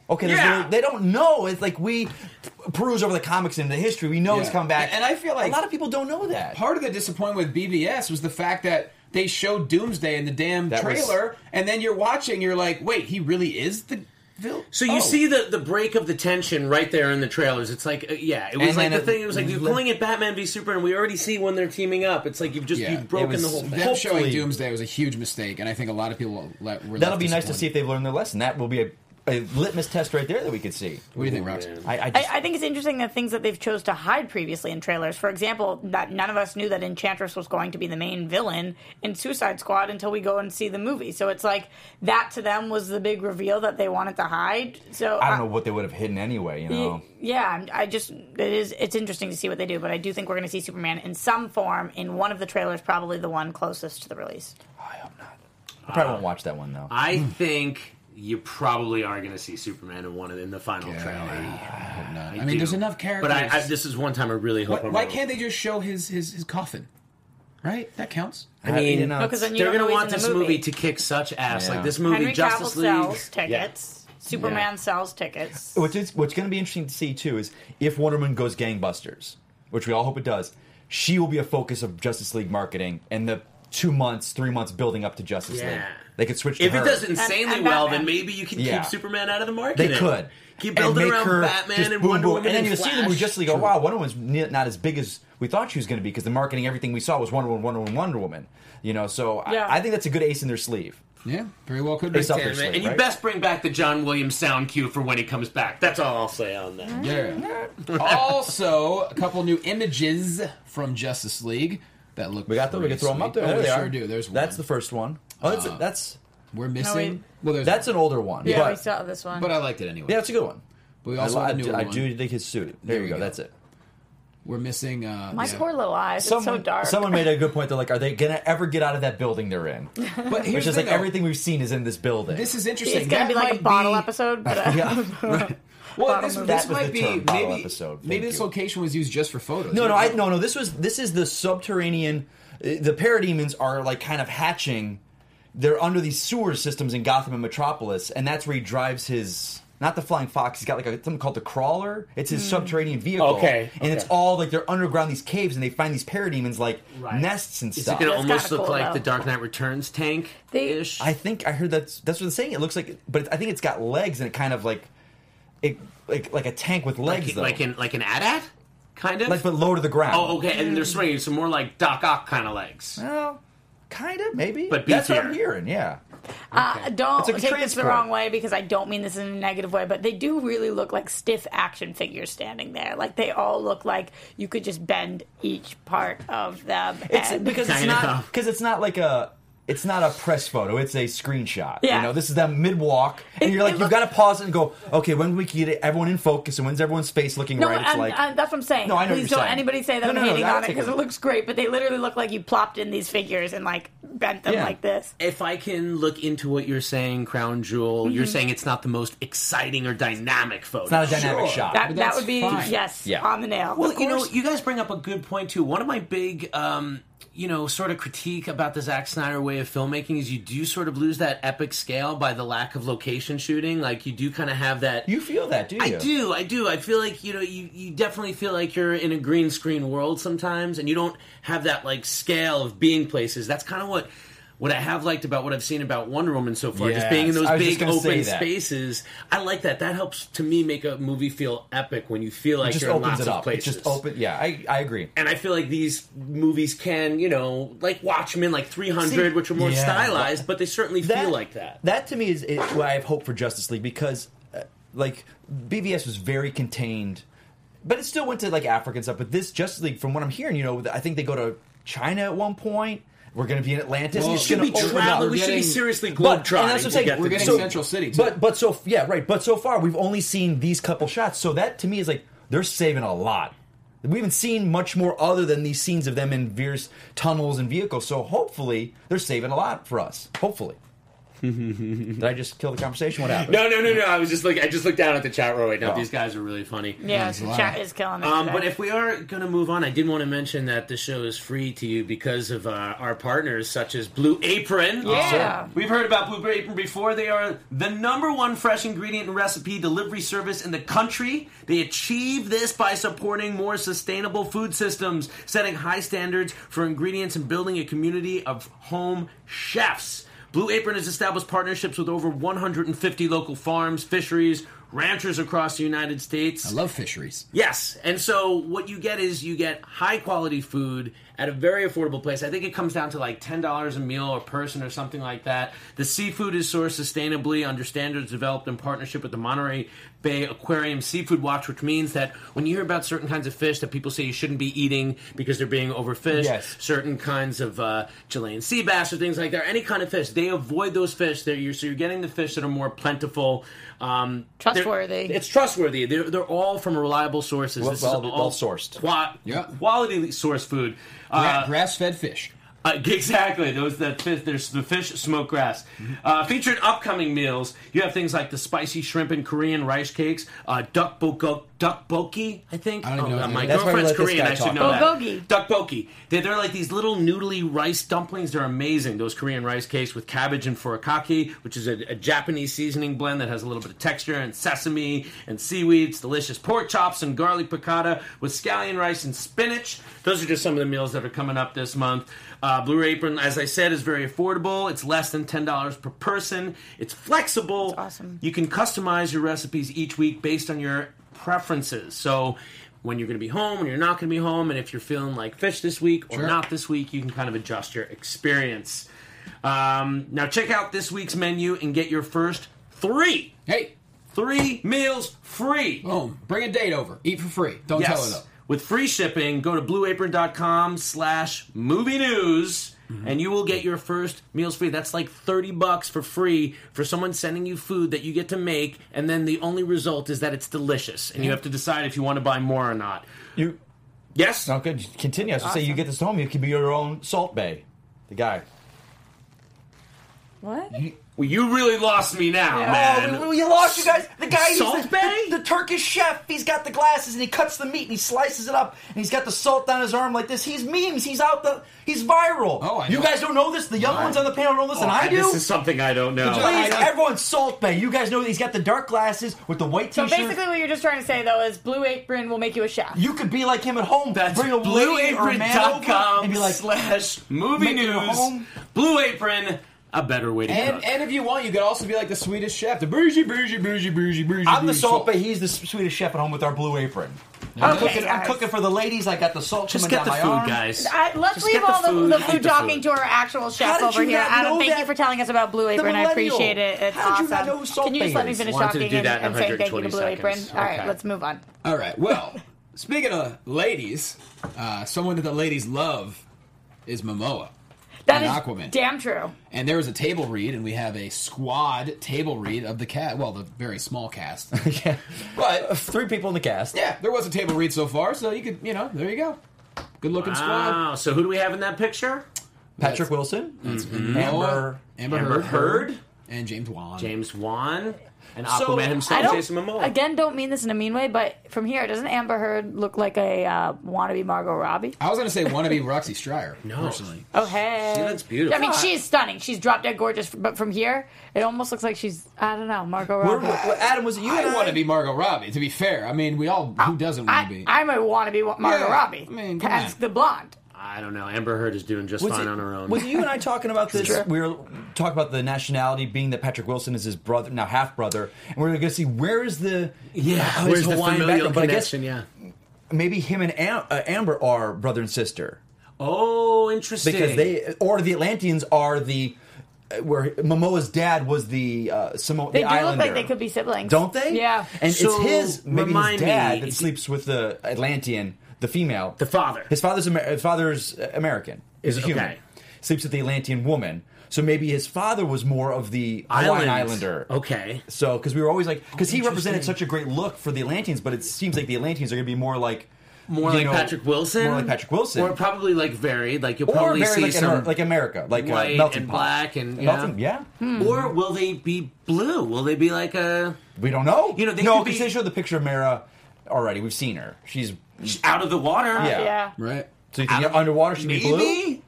Okay, there's
Yeah.
really- they don't know. It's like we peruse over the comics and the history. We know he's
Yeah.
come back,
And I feel like-
a lot of people don't know that.
part of the disappointment with BVS was the fact that they showed Doomsday in the damn
That was-
trailer, and then you're watching, you're like, wait, he really is the villain.
So
Oh.
you see the, the break of the tension right there in the trailers. It's like, uh, yeah, it was
And
like
then
the
it-
thing. It was like you're calling it Batman v Superman. We already see when they're teaming up. It's like you've just
Yeah,
you've
it
broken
was
the whole thing.
them showing
Hopefully-
Doomsday was a huge mistake, and I think a lot of people let, were
That'll
left
be nice to see
disappointed.
if they've learned their lesson. That will be a, a litmus test right there that we could see.
What do you think, Rox?
I, I,
I,
just,
I think it's interesting the things that they've chose to hide previously in trailers. For example, that none of us knew that Enchantress was going to be the main villain in Suicide Squad until we go and see the movie. So it's like that to them was the big reveal that they wanted to hide. So
I don't know what they would have hidden anyway. You know,
Yeah, I'm- I just it is it's interesting to see what they do, but I do think we're going to see Superman in some form in one of the trailers, probably the one closest to the release.
I hope not. I probably won't watch that one though.
I think you probably are going to see Superman in one of, in the final trailer.
I mean, there's enough characters.
But I, I, this is one time I really hope.
Why-
I'm
why
wrong.
can't they just show his his, his coffin? Right, that counts.
I
mean,
you know,
No, 'cause
it's-
then you
They're
don't know
going to
he's
want
in the
this movie.
movie.
to kick such ass.
Yeah.
Like this movie,
Henry Cavill
Justice League.
sells
Yeah.
tickets. Superman sells tickets.
What's, it's- what's going to be interesting to see too is if Wonder Woman goes gangbusters, which we all hope it does. She will be a focus of Justice League marketing and the two months, three months building up to Justice
Yeah.
League. They could switch. To
If
her.
it does insanely
and
well,
Batman.
then maybe you can
Yeah.
keep Superman out of the market.
they could
keep
And
building
make
around
her
Batman
just
and
boom,
Wonder
boom.
Woman,
and then you see the
Flash.
movie Justice League. Go, "Oh, wow, Wonder Woman's ne- not as big as we thought she was going to be because the marketing, everything we saw was Wonder Woman, Wonder Woman, Wonder Woman. You know, so
Yeah.
I, I think that's a good ace in their sleeve.
Yeah, very well could be.
It's up there.
Damn it. And
right?
you best bring back the John Williams sound cue for when he comes back. That's all I'll say on that.
Yeah. also, a couple new images from Justice League that look.
We got them. We can
pretty
throw them up there.
sweet.
there
Oh, we
they
sure
are.
do. There's one.
that's the first one. Oh, that's that's
We're missing.
wait.
well, there's
that's an older one.
yeah,
but,
we saw this one.
But I liked it anyway.
yeah, it's a good one.
But we also
I,
have a
I,
new
I
one.
do think it's suited.
There
There, you
we
go.
go.
That's it.
We're missing. Uh,
My
yeah.
poor little eyes.
Someone,
it's so dark.
someone made a good point. They're like, are they gonna ever get out of that building they're in?
But here's
Which
the
is
thing,
like
though.
everything we've seen is in this building.
This is interesting.
it's going
That
to be like a
might
bottle
be-
episode, but uh,
yeah.
Well, this,
Bottle
this might
movie. That was the
be
term, bottle
maybe
episode. Thank
maybe this
you.
location was used just for photos.
No,
You
no,
don't
I
know.
no, no. This was this is the subterranean. uh, The parademons are like kind of hatching. They're under these sewer systems in Gotham and Metropolis, and that's where he drives his not the flying fox. He's got like a, something called the crawler. It's his subterranean vehicle.
Hmm. Okay,
and it's
okay.
all like they're underground these caves, and they find these parademons like
Right.
nests and
Is
stuff.
it going to
That's
almost
kinda
look
cool,
like
though.
the Dark Knight Returns tank ish?
I think I heard that's that's what they're saying. It looks like, but I think it's got legs and it kind of like it like like a tank with legs
like,
though,
like an like an AT-AT? kind of.
like but low to the ground.
oh, okay, and they're swinging some more like Doc Ock kind of legs.
Well, kind of maybe.
But
that's what
beefier.
I'm hearing. Yeah.
Uh, don't
It's like a
take this the
transport.
wrong way because I don't mean this in a negative way, but they do really look like stiff action figures standing there. Like they all look like you could just bend each part of them.
It's
and-
because it's
I know.
not because it's not like a it's not a press photo. It's a screenshot.
Yeah.
You know, this is them mid walk, and
It-
you're like,
it
you've
look-
got to pause it and go, okay, when do we get it- everyone in focus and when's everyone's face looking
No,
right? It's
I'm-
like
I'm- that's what I'm saying.
No, I know what
Please
you're
don't
saying.
anybody say that
No,
I'm
no, no,
hating
that'll
on it
take
because
a-
it looks great, but they literally look like you plopped in these figures and like bent them
Yeah.
like this.
If I can look into what you're saying, Crown Jewel, you're saying it's not the most exciting or dynamic photo.
Mm-hmm. it's not a dynamic
Sure.
shot.
That,
But
that
that's
would be
fine.
yes
Yeah.
on the nail.
Well,
Of
you know,
course.
you guys bring up a good point too. One of my big, um, you know, sort of critique about the Zack Snyder way of filmmaking is you do sort of lose that epic scale by the lack of location shooting. Like you do kind of have that.
you feel that, do you?
I do, I do. I feel like you know, you you definitely feel like you're in a green screen world sometimes, and you don't have that like scale of being places. That's kind of what what I have liked about what I've seen about Wonder Woman so far, just being in
Yes,
those
I was just
big
gonna
open
say that.
spaces. I like that. That helps to me make a movie feel epic when you feel like
It just
you're in
opens
lots
it
of
up. It
places.
just open. Yeah, I, I agree.
And I feel like these movies can, you know, like Watchmen, like 300,
See,
which are more
yeah.
stylized, but they certainly feel like that.
That to me is is why I have hope for Justice League because, uh, like, BVS was very contained, but it still went to like Africa and stuff. But this Justice League, from what I'm hearing, you know, I think they go to China at one point. We're going to be in Atlantis.
Well,
it's
should
gonna
we
be
open
traveling.
up.
travel. We should be
getting-
seriously
But
globe
and that's
trotting.
what I'm saying.
We're getting
so-
Central City, too.
But but so yeah, right. But so far we've only seen these couple shots. So that to me is like they're saving a lot. We haven't seen much more other than these scenes of them in various tunnels and vehicles. So hopefully they're saving a lot for us. Hopefully. Did I just kill the conversation? What happened?
No, no, no, no. I was just like, I just looked down at the chat room right
Oh.
now. These guys are really funny.
yeah, so chat is killing it.
Um,
today.
but if we are going to move on, I did want to mention that the show is free to you because of uh, our partners such as Blue Apron.
Yeah.
We've heard about Blue Apron before. They are the number one fresh ingredient and recipe delivery service in the country. They achieve this by supporting more sustainable food systems, setting high standards for ingredients, and building a community of home chefs. Blue Apron has established partnerships with over 150 local farms, fisheries, ranchers across the United
I
States.
love fisheries.
Yes. And so what you get is you get high quality food at a very affordable place. I think it comes down to like $10 a meal a person or something like that. The seafood is sourced sustainably under standards developed in partnership with the Monterey Bay Aquarium Seafood Watch, which means that when you hear about certain kinds of fish that people say you shouldn't be eating because they're being overfished,
Yes.
certain kinds of uh, Chilean sea bass or things like that, or any kind of fish, they avoid those fish. They're, you're, so you're getting the fish that are more plentiful. Um, they're-
Trustworthy.
It's trustworthy. They're, they're all from reliable sources.
Well-
This
well-
is all
well sourced.
qua-
Yeah.
Quality source food. Uh,
Grass fed fish.
uh, exactly. Those that fish, there's the fish smoked grass.
Mm-hmm.
Uh, featured upcoming meals, you have things like the spicy shrimp and Korean rice cakes, uh, duck bulgo, duck boki, I think.
I don't even know
uh,
what
my
that
is. That's why we
girlfriend's
let this
Korean.
guy
I should
talk.
know
Bulgogi.
that. Duck boki. They're, they're like these little noodly rice dumplings. They're amazing. Those Korean rice cakes with cabbage and furikake, which is a, a Japanese seasoning blend that has a little bit of texture and sesame and seaweed. It's delicious. Pork chops and garlic piccata with scallion rice and spinach. Those are just some of the meals that are coming up this month. Uh, Blue Apron, as I said, is very affordable. It's less than ten dollars per person. It's flexible.
awesome.
You can customize your recipes each week based on your preferences. So when you're going to be home, when you're not going to be home, and if you're feeling like fish this week or not this week, you can kind of adjust your experience. Um, now check out this week's menu and get your first three
Hey,
three meals free.
boom. Bring a date over. Eat for free. Don't tell her
Yes.
though.
With free shipping, go to blueapron.com slash movie news and you will get your first meals free. That's like 30 bucks for free for someone sending you food that you get to make, and then the only result is that it's delicious, and you have to decide if you want to buy more or not.
You
Yes?
no Oh, good. Continue. I was gonna say you get this home, you can be your own Salt Bay. The guy.
what?
Well, you really lost me now, man.
Oh, we, we lost you guys. The guy, he's
Salt
the,
Bay?
the, the Turkish chef. He's got the glasses and he cuts the meat and he slices it up and he's got the salt down his arm like this. He's memes. He's out the. He's viral.
Oh, I
you
know.
guys don't know this. The young ones on the panel don't know this, and I do.
Oh, This is something I don't know.
Good job.
Please,
I know.
everyone, Salt Bay. You guys know that he's got the dark glasses with the white
So
t-shirt.
basically, what you're just trying to say though is Blue Apron will make you a chef.
you could be like him at home.
That's
Bring a lady or a man over and
blueapron.com
be like,
slash movie
make it a
news.
home.
Blue Apron, a better way to
And
cook.
and if you want, you could also be like the Swedish chef, the bougie, bougie, bougie, bougie, bougie.
"I'm the
bougie
Salt Bay. He's the Swedish chef at home with our blue apron." I'm,
Okay,
cooking, I'm
guys.
cooking for the ladies. I got the salt
Just
coming
get
down
the
my
food,
arm.
guys.
I, let's
Just
leave
get the
all the,
food.
the
Eat
food
the
talking
food.
to our actual chef
did
over
you
here.
not
Adam,
know
thank
that?
you for telling us about Blue Apron. I
millennial.
appreciate it. It's
How did you
awesome.
not know who salt
Can you just let me
is?
finish
Wanted to
talking
do
and,
that in
and saying thank you to
120
Blue Apron?
seconds.
All right,
Okay.
let's move on.
All right. Well, speaking of ladies, uh, someone that the ladies love is Momoa.
That is
And Aquaman.
damn true.
And there was a table read, and we have a squad table read of the cat. Well, the very small cast.
Yeah.
But
Uh, Three people in the cast.
yeah, there was a table read so far, so you could, you know, there you go. Good looking squad.
Wow. So who do we have in that picture?
Patrick Wilson, mm
Momoa,
Amber.
Amber,
Amber
Heard,
Heard,
and James Wan.
James Wan, and
So,
Aquaman
I
himself,
don't.
Jason Momoa.
Again, don't mean this in a mean way, but from here, doesn't Amber Heard look like a uh, wannabe Margot Robbie?
I was gonna say wannabe Roxy Stryer.
No.
personally,
Oh hey,
She looks beautiful.
I mean, she's stunning. She's drop dead gorgeous, but from here, it almost looks like she's I don't know Margot
Where-
Robbie.
where- Adam, was it you?
I
and
want to be Margot Robbie. To be fair, I mean, we all who doesn't want to
I,
be.
I might want to be wa- Margot
Yeah,
Robbie.
I mean, come
ask
on.
the blonde.
I don't know. Amber Heard is doing just
Was
fine
it-
on her own.
Was it you and I talking about this?
Sure.
We were talking about the nationality being that Patrick Wilson is his brother, now half brother, and we are going to see where is the
yeah,
his
where's the
Hawaiian
familial
background, but I guess-
connection? Yeah.
maybe him and Am- uh, Amber are brother and sister
Oh, interesting.
because they or the Atlanteans are the uh, where Momoa's dad was the uh, Samo-
They
the
do
Islander.
look like they could be siblings,
don't they?
Yeah.
and
So,
it's his maybe his
remind
dad
me-
that sleeps with the Atlantean, the female,
The father.
His father's Amer- his father's uh, American. Is a
Okay.
human. Sleeps with the Atlantean woman. So maybe his father was more of the Hawaiian
Island.
Islander.
Okay.
So because we were always like because he represented
interesting.
such a great look for the Atlanteans, but it seems like the Atlanteans are going to be more like.
More
you
like
know,
Patrick Wilson.
More like Patrick Wilson.
Or probably like varied. Like you'll
Or
probably
very
see
like,
some
Amer- like America, like uh,
white
melting
and
pot.
black and Hmm. yeah.
melting. Yeah,
Or will they be blue? Will they be like a
we don't know.
You know, they
no,
could
because
be-
they showed the picture of Mara already. We've seen her. She's
out of the water?
Yeah.
yeah.
right?
so you think underwater she'd
Maybe.
be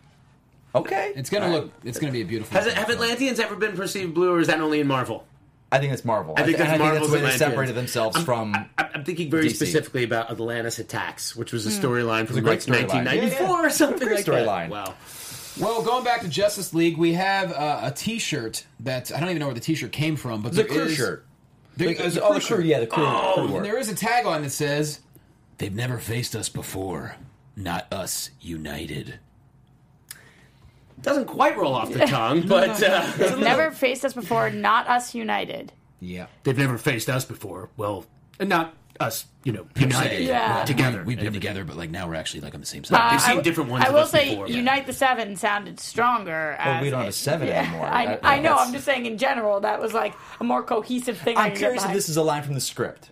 blue. Okay,
It's gonna look. It's gonna be a beautiful.
Has it, have Atlanteans ever been perceived blue, or is that only in Marvel?
I think that's Marvel.
I think
th-
that's
and I think that's
Marvel's
the way they
Atlanteans.
separated themselves from.
I'm, I'm thinking very
DC.
specifically about Atlantis attacks, which was a storyline from
a
like
great storyline.
1994
Yeah, yeah.
or something
Great
like that.
storyline.
Wow.
Well, going back to Justice League, we have uh, a T-shirt that I don't even know where the T-shirt came from, but
the
there
crew
is-
shirt.
There,
Like,
there's a
oh,
crew
the crew,
shirt.
yeah, the crew. crew
And
work.
there is a tagline that says, "They've never faced us before, not us united."
Doesn't quite roll off the tongue, but uh,
Never faced us before. Not us united.
Yeah,
they've never faced us before. Well, not us, you know, united
Yeah. Ah.
uh, together.
We've been
They've
together, but like now we're actually like on the same side.
seen
I w-
different ones.
I
of
will
us
say,
before.
unite the seven sounded stronger.
But
as
we don't have
it-
a seven anymore.
I,
That-
I know.
that's-
I'm just saying in general that was like a more cohesive thing. I
I'm
could get
curious if
behind.
this is a line from the script.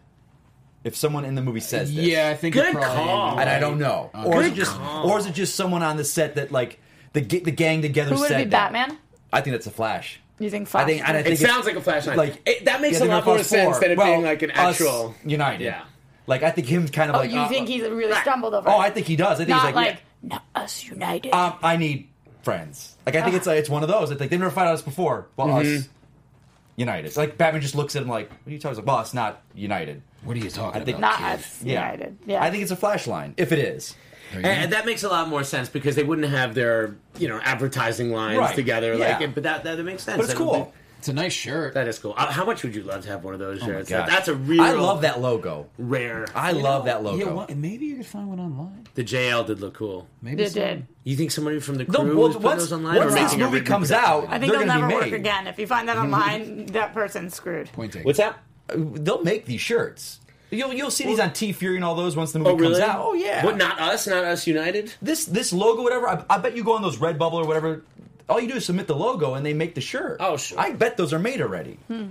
If someone in the movie says this.
yeah, I think
Good
it probably-
call.
and I don't know. Or is it
Good
just
call.
or is it just someone on the set that like the ga- the gang together
Who would
said
it be?
that?
Batman.
I think that's a Flash.
You think Flash?
I think and I
It
think
sounds like a flashlight.
like-
It- that makes
yeah,
a
they're
lot more
Flash
sense
four.
than it
Well,
being like an
us
actual
United.
Yeah.
Like I think him kind of
oh,
like
you
uh,
think he's really stumbled over?
Oh,
it.
I think he does. I think
not
he's like,
like not us united.
yeah, um, I need friends. Like I think
Ah.
it's like it's one of those. It's like they've never fought us before. Well,
Mm-hmm.
us United. It's like Batman just looks at him like, "What are you talking about? Well, it's not United."
What are you talking
I think-
about?
not
kid?
us
Yeah.
united. Yeah.
I think it's a flash line. If it is,
There you
And,
go.
and that makes a lot more sense because they wouldn't have their you know advertising lines
Right.
together.
Yeah.
Like, but that, that that makes sense.
but it's
I don't
cool.
think-
It's a nice shirt.
that is cool. Uh, How much would you love to have one of those shirts?
Gosh.
That's a real.
I love that logo.
Rare.
I love that logo.
yeah, well, maybe you could find one online.
the JL did look cool.
Maybe
it
someone-
did.
You think somebody from the
No,
crew
well,
has put
once,
those online?
once
Or
this
making a
movie
reproduction?
comes out,
I think
they're going
they'll
to
never
be
work
made.
again. If you find that online, that person's screwed.
Point taken.
What's that?
They'll make these shirts. You'll you'll see these on T Fury and all those once the movie
Oh really?
comes out. Oh yeah.
What? Not us. Not us united.
This this logo, whatever. I, I bet you go on those Redbubble or whatever. All you do is submit the logo and they make the shirt.
Oh, sure.
I bet those are made already.
Hmm.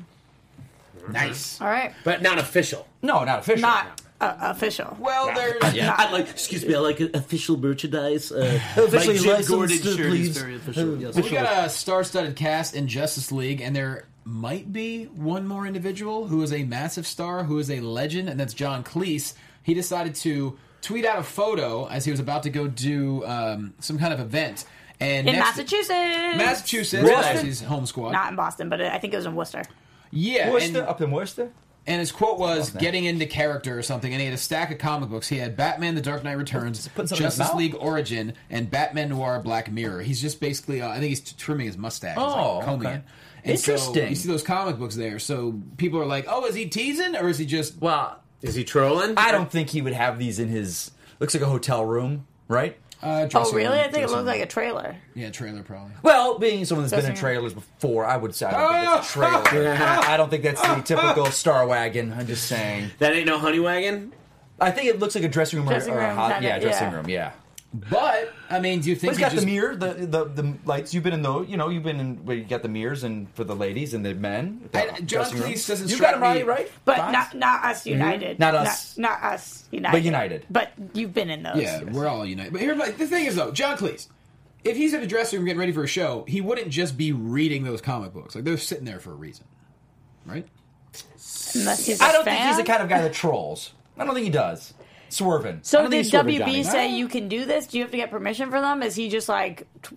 Nice.
All right,
But not official.
No, not official.
not uh, official.
Well, there's
Yeah. I like. Excuse me. I like official merchandise. Uh,
Officially
my Jim
licensed,
Gordon
uh,
shirt
please. Hmm.
is very official. yes.
we got a star-studded cast in Justice League, and there might be one more individual who is a massive star, who is a legend, and that's John Cleese. He decided to tweet out a photo as he was about to go do um, some kind of event, and
in
next-
Massachusetts.
Massachusetts,
Really?
as his home squad.
Not in Boston, but I think it was in Worcester.
yeah, and-
Worcester up in Worcester.
And his quote was getting into character or something. And he had a stack of comic books. He had Batman: The Dark Knight Returns,
put something in his
Justice
mouth?
League Origin, and Batman Noir: Black Mirror. He's just basically, uh, I think he's t- trimming his mustache. He's, like,
Oh,
combing
okay.
it. And so
Interesting.
you see those comic books there. So people are like, "Oh, is he teasing or is he just?"
Well, Is he trolling?
I don't think he would have these in his. Looks like a hotel room, right?
Uh,
Oh,
dressing
really?
room,
I think it
dressing
looked like a
room.
trailer.
yeah trailer probably.
Well, being someone that's been in
Doesn't-
trailers before, I would say I don't think it's a trailer. I don't think that's the typical Star Wagon. I'm just saying.
That ain't no honey wagon.
I think it looks like a dressing room or,
Dressing
or a
room,
hot,
kinda,
yeah, dressing
yeah.
room, yeah.
But I mean, do you
But
think
it's
he
got
just-
the mirror, the, the the lights. You've been in those, you know, you've been in where you got the mirrlees and for the ladies and the men.
I- John Cleese doesn't
You
strike
got them right,
me-
right?
But
Fox?
not, not us united.
Mm-hmm. Not us.
Not, not us united.
But United.
But you've been in those.
Yeah, we're all united. But here, like, the thing is though, John Cleese, if he's in a dressing room getting ready for a show, he wouldn't just be reading those comic books. Like they're sitting there for a reason, right?
Unless he's a
I don't
fan.
think he's the kind of guy that trolls. I don't think he does. Swerving. I
So
don't
did
think he's swerving,
WB
Johnny.
say you can do this? Do you have to get permission from them? Is he just like t-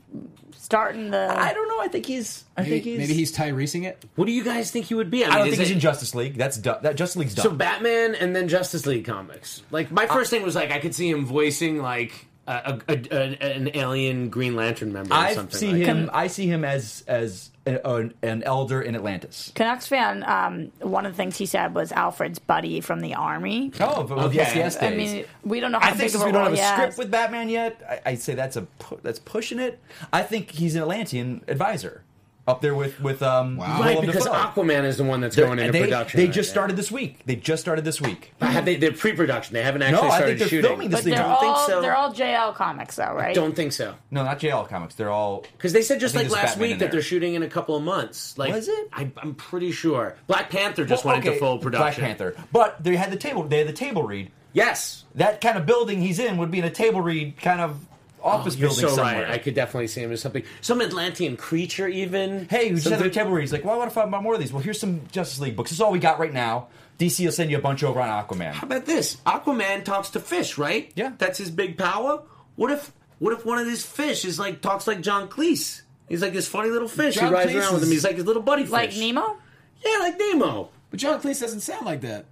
starting the?
I don't know. I think he's. I
Maybe,
think he's.
maybe he's Tyreseing it.
What do you guys think he would be? I, mean,
I don't
is
think he's
it-
in Justice League. That's du- that Justice League's done.
So Batman and then Justice League comics. Like my
Uh,
first thing was like I could see him voicing like a, a, a, an alien Green Lantern member. Or
I
something
see
like
him.
That.
I see him as as a- an, an elder in Atlantis.
Canucks fan. Um, one of the things he said was Alfred's buddy from the army.
Oh, but with
Okay.
yes, yes
I
days.
mean, we don't know
I
how
think
big of
since
a
we don't
role
have a
he
script
has.
with Batman yet, I, I'd say that's a pu- that's pushing it. I think he's an Atlantean advisor up there with with um.
Wow.
Right,
Willem
because
Dafoe.
Aquaman is the one that's
They're-
going into
they,
production.
They
right
just
now.
started this week. They just started this week.
I Have they, they're pre-production. They haven't
No,
actually
I
started
think they're
shooting.
filming
But
this
they're
thing.
don't think
all
so.
they're all JL comics though, right?
Don't think so.
No, not JL Comics. They're all
Because they said just
I
like
think there's
last
Batman
week
in
that
there.
they're shooting in a couple of months. Like,
Was it?
I, I'm pretty sure Black Panther just
Well,
went into
okay,
full production.
Black Panther, but they had the table. They had the table read.
Yes.
That kind of building he's in would be in a table read kind of office
Oh, You're
building
so
somewhere.
right. I could definitely see him as something, some Atlantean creature, even.
hey, we just had the
Something-
table read. He's like, well, I want to find about more of these. Well, here's some Justice League books. This is all we got right now. DC will send you a bunch over on
How
Aquaman.
about this? Aquaman talks to fish, right?
Yeah.
That's his big power. What if what if one of these fish is like talks like John Cleese? He's like this funny little fish.
John
he rides
Cleese
around with him.
is-
He's like his little buddy fish.
like Nemo.
Yeah, like Nemo.
But John Cleese doesn't sound like that.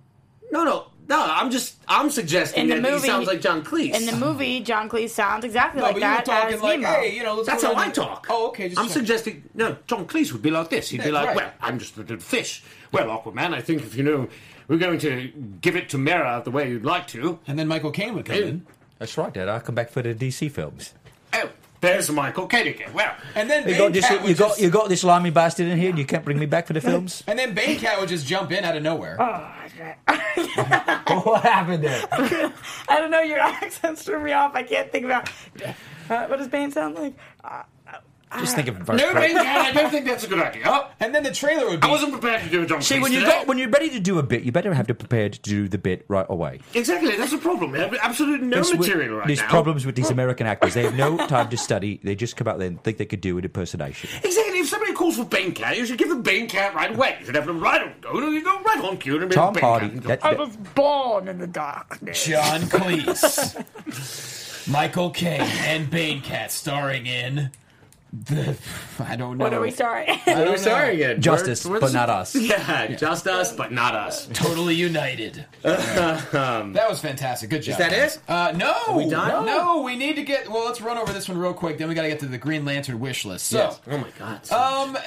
No, no, no. I'm just I'm suggesting
In the
that he
movie-
sounds like John Cleese.
In the movie, John Cleese sounds exactly like
but
that
you were talking
as
like,
Nemo.
hey, you know, let's
That's
go
how
in
I
and-
talk.
Oh, okay. Just
I'm
checking.
suggesting no. John Cleese would be like this. He'd be
Yeah,
like,
right.
"Well, I'm just a little fish. Well, Aquaman, I think if you know, we're going to give it to Mera the way you'd like to.
And then Michael Caine would come in,
That's right, Dad. I'll come back for the DC films.
Oh, there's Michael Caine again. Well,
and then
You
Bane
got this,
Cat would
you got,
just,
you got this slimy bastard in here, and you can't bring me back for the films.
and then Bane Cat would just jump in out of nowhere.
Uh.
what happened there?
I don't know. Your accents threw me off. I can't think about uh, what does Bane sound like. Uh,
Just think of
no, Bane Cat, I don't think that's a good idea.
And then the trailer would be.
I wasn't prepared to do a John
See,
Cleese
when you
today.
got, when you're ready to do a bit, you better have to prepare to do the bit right away.
exactly, that's a problem. I have absolutely no
That's what-
material right
There's
now.
problems with these American actors. They have no time to study. They just come out there and think they could do an impersonation.
Exactly. If somebody calls for Bane Cat, you should give them Bane Cat right away. You should have them right on go. You go right on cue and be
Tom
Bane
Hardy.
Cat.
That's
I
that,
was born in the darkness.
John Cleese, Michael Caine, and Bane Cat starring in the. I don't know.
What are we starting?
I don't know.
it.
Justice, but not us.
Yeah, just us, but not us.
Totally united. that was fantastic. Good job. Is
Uh-huh. that
Uh,
it?
no.
we done?
No, we need to get. Well, let's run over this one real quick. Then we got to get to the Green Lantern wish list. So.
Oh my God.
Um, uh,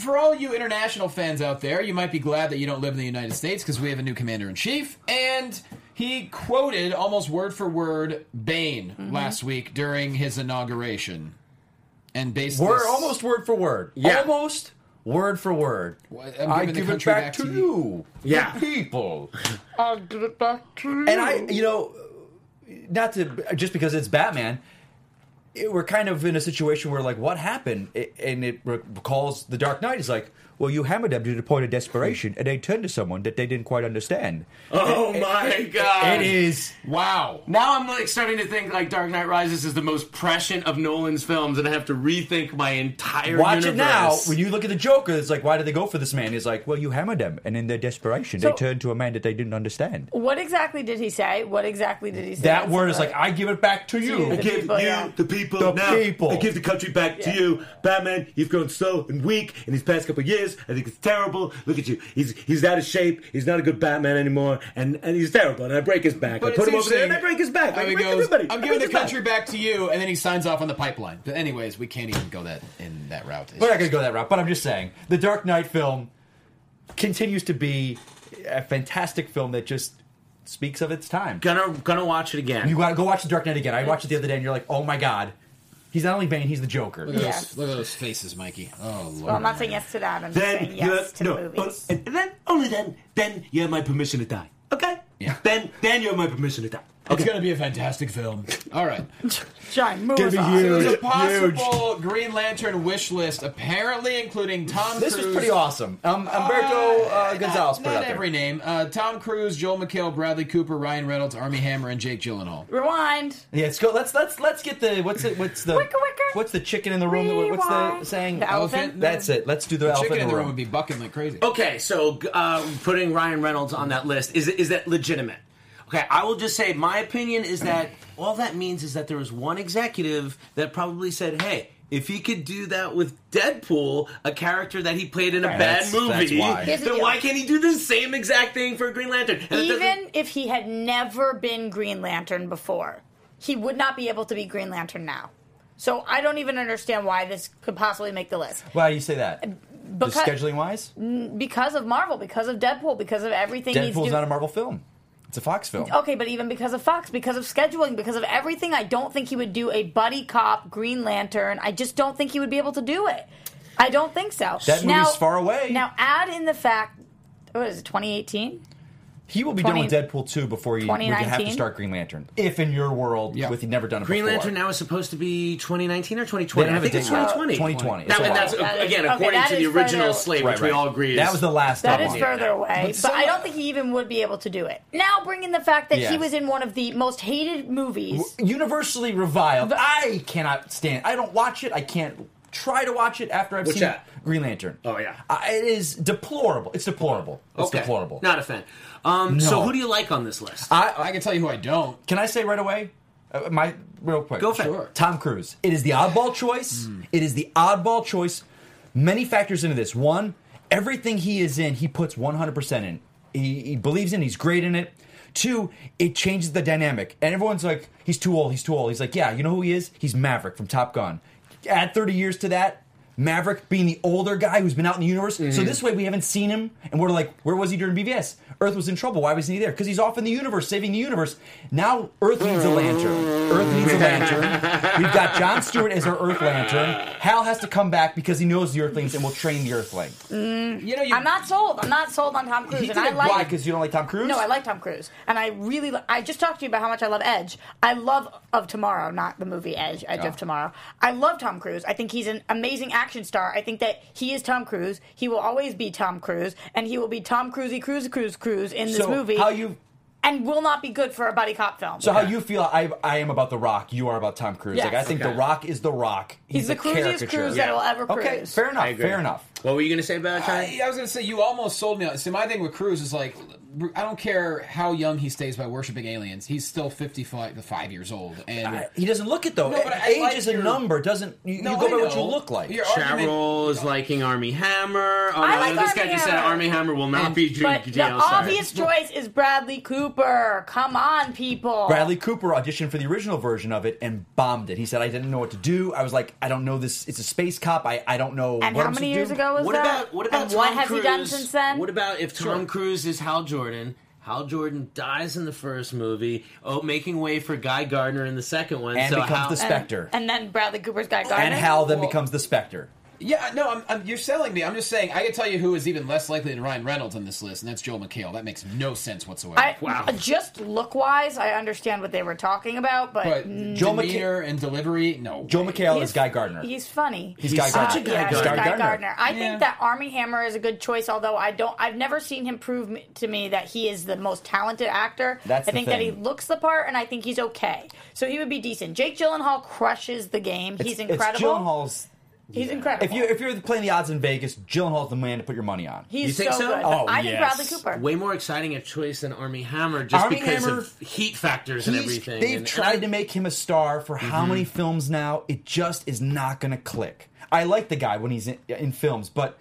for all you international fans out there, you might be glad that you don't live in the United States because we have a new commander in chief, and he quoted almost word for word Bane
Mm-hmm.
last week during his inauguration, and based
We're
this-
almost word for word.
Yeah.
Almost word for word.
I'm giving
I
the
give it
country
back,
back
to,
to
you.
Yeah.
the people.
I'll give it back to you.
And I, you know, not to just because it's Batman. It, we're kind of in a situation where, like, what happened? It, and it recalls the Dark Knight. Is like, well, you hammered them to the point of desperation, and they turned to someone that they didn't quite understand.
oh my God.
It is
Wow.
Now I'm like starting to think like Dark Knight Rises is the most prescient of Nolan's films, and I have to rethink my entire.
Watch it
universe.
now. When you look at the Joker, it's like, why did they go for this man? He's like, well, you hammered them, and in their desperation, they
So- Oh,
turned to a man that they didn't understand.
What exactly did he say? What exactly did he say?
That word is like, I give it back to
I
you.
The
give
people,
you
yeah.
the people
The
now.
people.
I give the country back
Yeah.
to you, Batman. You've grown so and weak in these past couple of years. I think it's terrible. Look at you. He's he's out of shape. He's not a good Batman anymore, and and he's terrible. And I break his back. I
But
put
it's
him over there, and I
interesting
break his back.
how
I
he
break
goes,
everybody. I
I'm
break
giving the
his back."
country back to you, and then he signs off on the pipeline. But anyways, we can't even go that in that route.
We're not going to go that route, but I'm just saying, the Dark Knight film continues to be a fantastic film that just speaks of its time.
Gonna gonna watch it again.
You gotta go watch The Dark Knight again. I watched it the other day, and you're like, oh my god, he's not only Bane, he's the Joker.
Look at,
Yes.
those, look at those faces, Mikey. Oh, Lord.
Well, I'm not saying yes to that. I'm just saying yes to the movies.
and then only then, then you have my permission to die. Okay?
Yeah.
Then, then you have my permission to die.
It's going to be a fantastic film. All right.
John, move us on.
There's a possible Green Lantern wish list, apparently including Tom
This
Cruise.
was pretty awesome. Um, Umberto uh, Gonzalez put it out
Not
there.
every name. Uh, Tom Cruise, Joel McHale, Bradley Cooper, Ryan Reynolds, Army Hammer, and Jake Gyllenhaal.
Rewind.
Yeah, let's go. Let's let's let's get the what's it? What's the
Wicker, wicker.
what's the chicken in the room? that- What's the
Rewind.
saying?
The
elephant?
elephant.
That's it. Let's do the, elephant
Chicken in the room
room.
would be bucking like crazy.
Okay, so uh, putting Ryan Reynolds on that list is is that legitimate? Okay, I will just say my opinion is that all that means is that there was one executive that probably said, "Hey, if he could do that with Deadpool, a character that he played in a
that's-
bad movie,
that's why.
Here's the
then
deal.
why can't he do the same exact thing for Green Lantern?" And it doesn't-
Even if he had never been Green Lantern before, he would not be able to be Green Lantern now. So I don't even understand why this could possibly make the list.
Why you say that?
Because,
Just scheduling wise,
because of Marvel, because of Deadpool, because of everything he's
Deadpool's
doing.
not a Marvel film. It's a Fox film.
Okay, but even because of Fox, because of scheduling, because of everything, I don't think he would do a buddy cop Green Lantern. I just don't think he would be able to do it. I don't think so.
That movie's far away.
Now add in the fact, what is it, 2018?
He will be
20
done with Deadpool 2 before you would have to
2019?
start Green Lantern. If in your world,
Yeah.
with you never done it
Green
before.
Lantern now is supposed to be 2019 or
They
2020.
don't
I
have a
think it's
date yet.
2020.
2020.
That,
It's a
and
while.
that's
That is-
again
okay,
according
that
to the
is
original
further-
slate,
Right,
which
right.
we all agree
That
is-
was the last
That
one.
is further away, but, I don't think he even would be able to do it. Now bring in the fact that he
Yes.
was in one of the most hated movies.
Universally reviled. I cannot stand. I don't watch it. I can't try to watch it after I've
What's
seen
that?
Green Lantern.
Oh, yeah.
I, it is deplorable. It's deplorable. It's
okay.
deplorable.
Not a fan. Um, So
No.
who do you like on this list?
I,
I can tell you who I don't.
Can I say right away? Uh, my real quick.
Go for it. Hmm. Sure.
Tom Cruise. It is the oddball choice. It is the oddball choice. Many factors into this. One, everything he is in, he puts 100% in. He, he believes in. it, He's great in it. Two, it changes the dynamic. And everyone's like, he's too old. He's too old. He's like, yeah, you know who he is? He's Maverick from Top Gun. Add 30 years to that. Maverick being the older guy who's been out in the universe. So this way we haven't seen him and we're like, where was he during BVS? Earth was in trouble. Why wasn't he there? Because he's off in the universe saving the universe. Now Earth needs a lantern. Earth needs a lantern. We've got John Stewart as our Earth lantern. Hal has to come back because he knows the Earthlings and will train the Earthling.
You know, you,
I'm not sold. I'm not sold on Tom Cruise,
He
Mm-hmm. and
did
I
it-
like.
Why? Because you don't like Tom Cruise?
No, I like Tom Cruise, and I really. li- I just talked to you about how much I love Edge. I love of Tomorrow, not the movie Edge. Edge
Ah.
of Tomorrow. I love Tom Cruise. I think he's an amazing action star. I think that he is Tom Cruise. He will always be Tom Cruise, and he will be Tom Cruisey Cruise Cruise Cruise in this
so
movie.
How you?
and will not be good for a buddy cop film.
So how you feel? I I am about the Rock. You are about Tom Cruise.
Yes.
Like I think
Okay.
the Rock is the Rock.
He's the
a
cruisiest
caricature.
cruise that will ever
Okay,
cruise.
fair enough.
agree.
Fair enough.
what were you going to say about it, Johnny?
I, I was going to say, you almost sold me. on See, my thing with Cruise is like, I don't care how young he stays by worshiping aliens. He's still 55 to five years old. And
I- he doesn't look it though.
No, but I- I
Age
like
is a
your-
number. Doesn't you,
No,
you go
I
by what you
know.
look like?
Your argument-
Cheryl is liking Army Hammer. Oh,
I
no,
like
this guy
Armie
just said
Hammer.
Army Hammer will not be Jim
But the obvious choice is Bradley Cooper. Come on, people.
Bradley Cooper auditioned for the original version of it and bombed it. He said, "I didn't know what to do. I was like, I don't know this. It's a space cop. I, I don't know."
And
what
how
I'm
many
supposed
years
to do."
ago was
What
that?
about what about
and
Tom
what has
Cruise?
he done since then?
What about if Tom Cruise is Hal Jordan? Hal Jordan dies in the first movie, oh, making way for Guy Gardner in the second one.
And
so
becomes
Hal-
the Spectre. And,
And then Bradley Cooper's got Gardner.
Hal then
Well-
becomes the Spectre.
Yeah, no, I'm, I'm, you're selling me. I'm just saying, I can tell you who is even less likely than Ryan Reynolds on this list, and that's Joel McHale. That makes no sense whatsoever.
I,
Wow.
Just look wise, I understand what they were talking about, but,
but
mm,
Joel
Joel McHale-
demeanor and delivery, no.
Joe McHale
he's-
is Oh, Guy Gardner.
He's funny.
He's Guy
such
Gardner.
a Guy
yeah, he's
Gardner.
Guy Gardner. I
Yeah.
think that Army Hammer is a good choice, although I don't. I've never seen him prove me, to me that he is the most talented actor.
That's
I
the
think that he
thing.
looks the part, and I think he's okay. So he would be decent. Jake Gyllenhaal crushes the game. he's incredible.
It's Gyllenhaal's.
he's incredible.
If you if you're playing the odds in Vegas, Gyllenhaal's the man to put your money on.
he's
You think so?
good.
Oh,
I think
yes.
Bradley Cooper.
way more exciting a choice than Army Hammer, just
Armie
because
Hammer-
of heat factors and
He's-
everything.
They've
and, Mm-hmm.
tried
and
to make him a star for how many films now? It just is not going to click. I like the guy when he's in, in films, but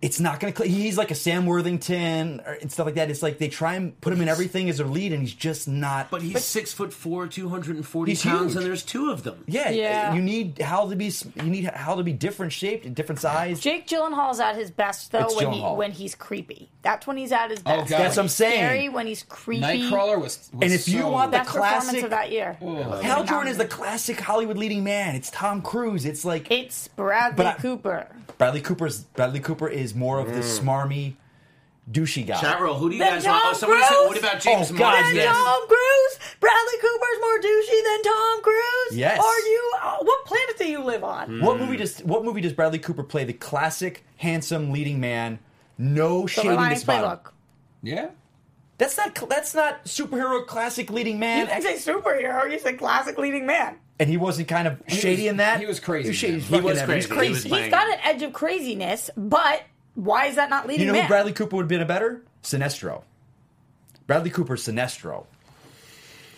it's not going to click. He's like a Sam Worthington or, and stuff like that. It's like they try and put him in everything as their lead, and he's just not.
But he's six foot four, two hundred and forty
He's
pounds,
huge.
and there's two of them.
yeah,
Yeah.
you need how to be. s- You need how to be different shaped, and different size.
Jake Gyllenhaal's at his best though
It's
when he
Gyllenhaal.
when he's creepy. That's when he's at his
Oh,
best.
God. That's
what I'm saying.
Scary when he's creepy.
Nightcrawler was, was
And if you
so-
want
Best
The
performance
classic-
of that year.
Hal Jordan is the classic Hollywood leading man. It's Tom Cruise. It's like
It's Bradley
But I-
Cooper.
Bradley Cooper's Bradley Cooper is more of the smarmy, douchey guy.
Mm. Chat roll. Who do you
Then
guys want? Oh,
Tom
somebody said,
Cruise?
what about James
Oh, God,
Martin?
Then
yes.
Tom Cruise. Bradley Cooper's more douchey than Tom Cruise.
Yes.
Are you? uh, what planet do you live
Hmm.
on?
What movie
Mm.
does What movie does Bradley Cooper play the classic handsome leading man? No
The
shittiness
Reliance
about him.
Playbook.
yeah.
That's not cl- that's not superhero classic leading
You
man.
didn't say superhero. You said classic leading man.
and he wasn't kind of shady in that.
he was crazy,
He was, shady.
man.
as
He
fuck
was
in that. He was
crazy. He was
crazy.
like-
He's got an edge of craziness, but why is that not
you
leading
know
man?
who Bradley Cooper would have been a better Sinestro. Bradley Cooper Sinestro.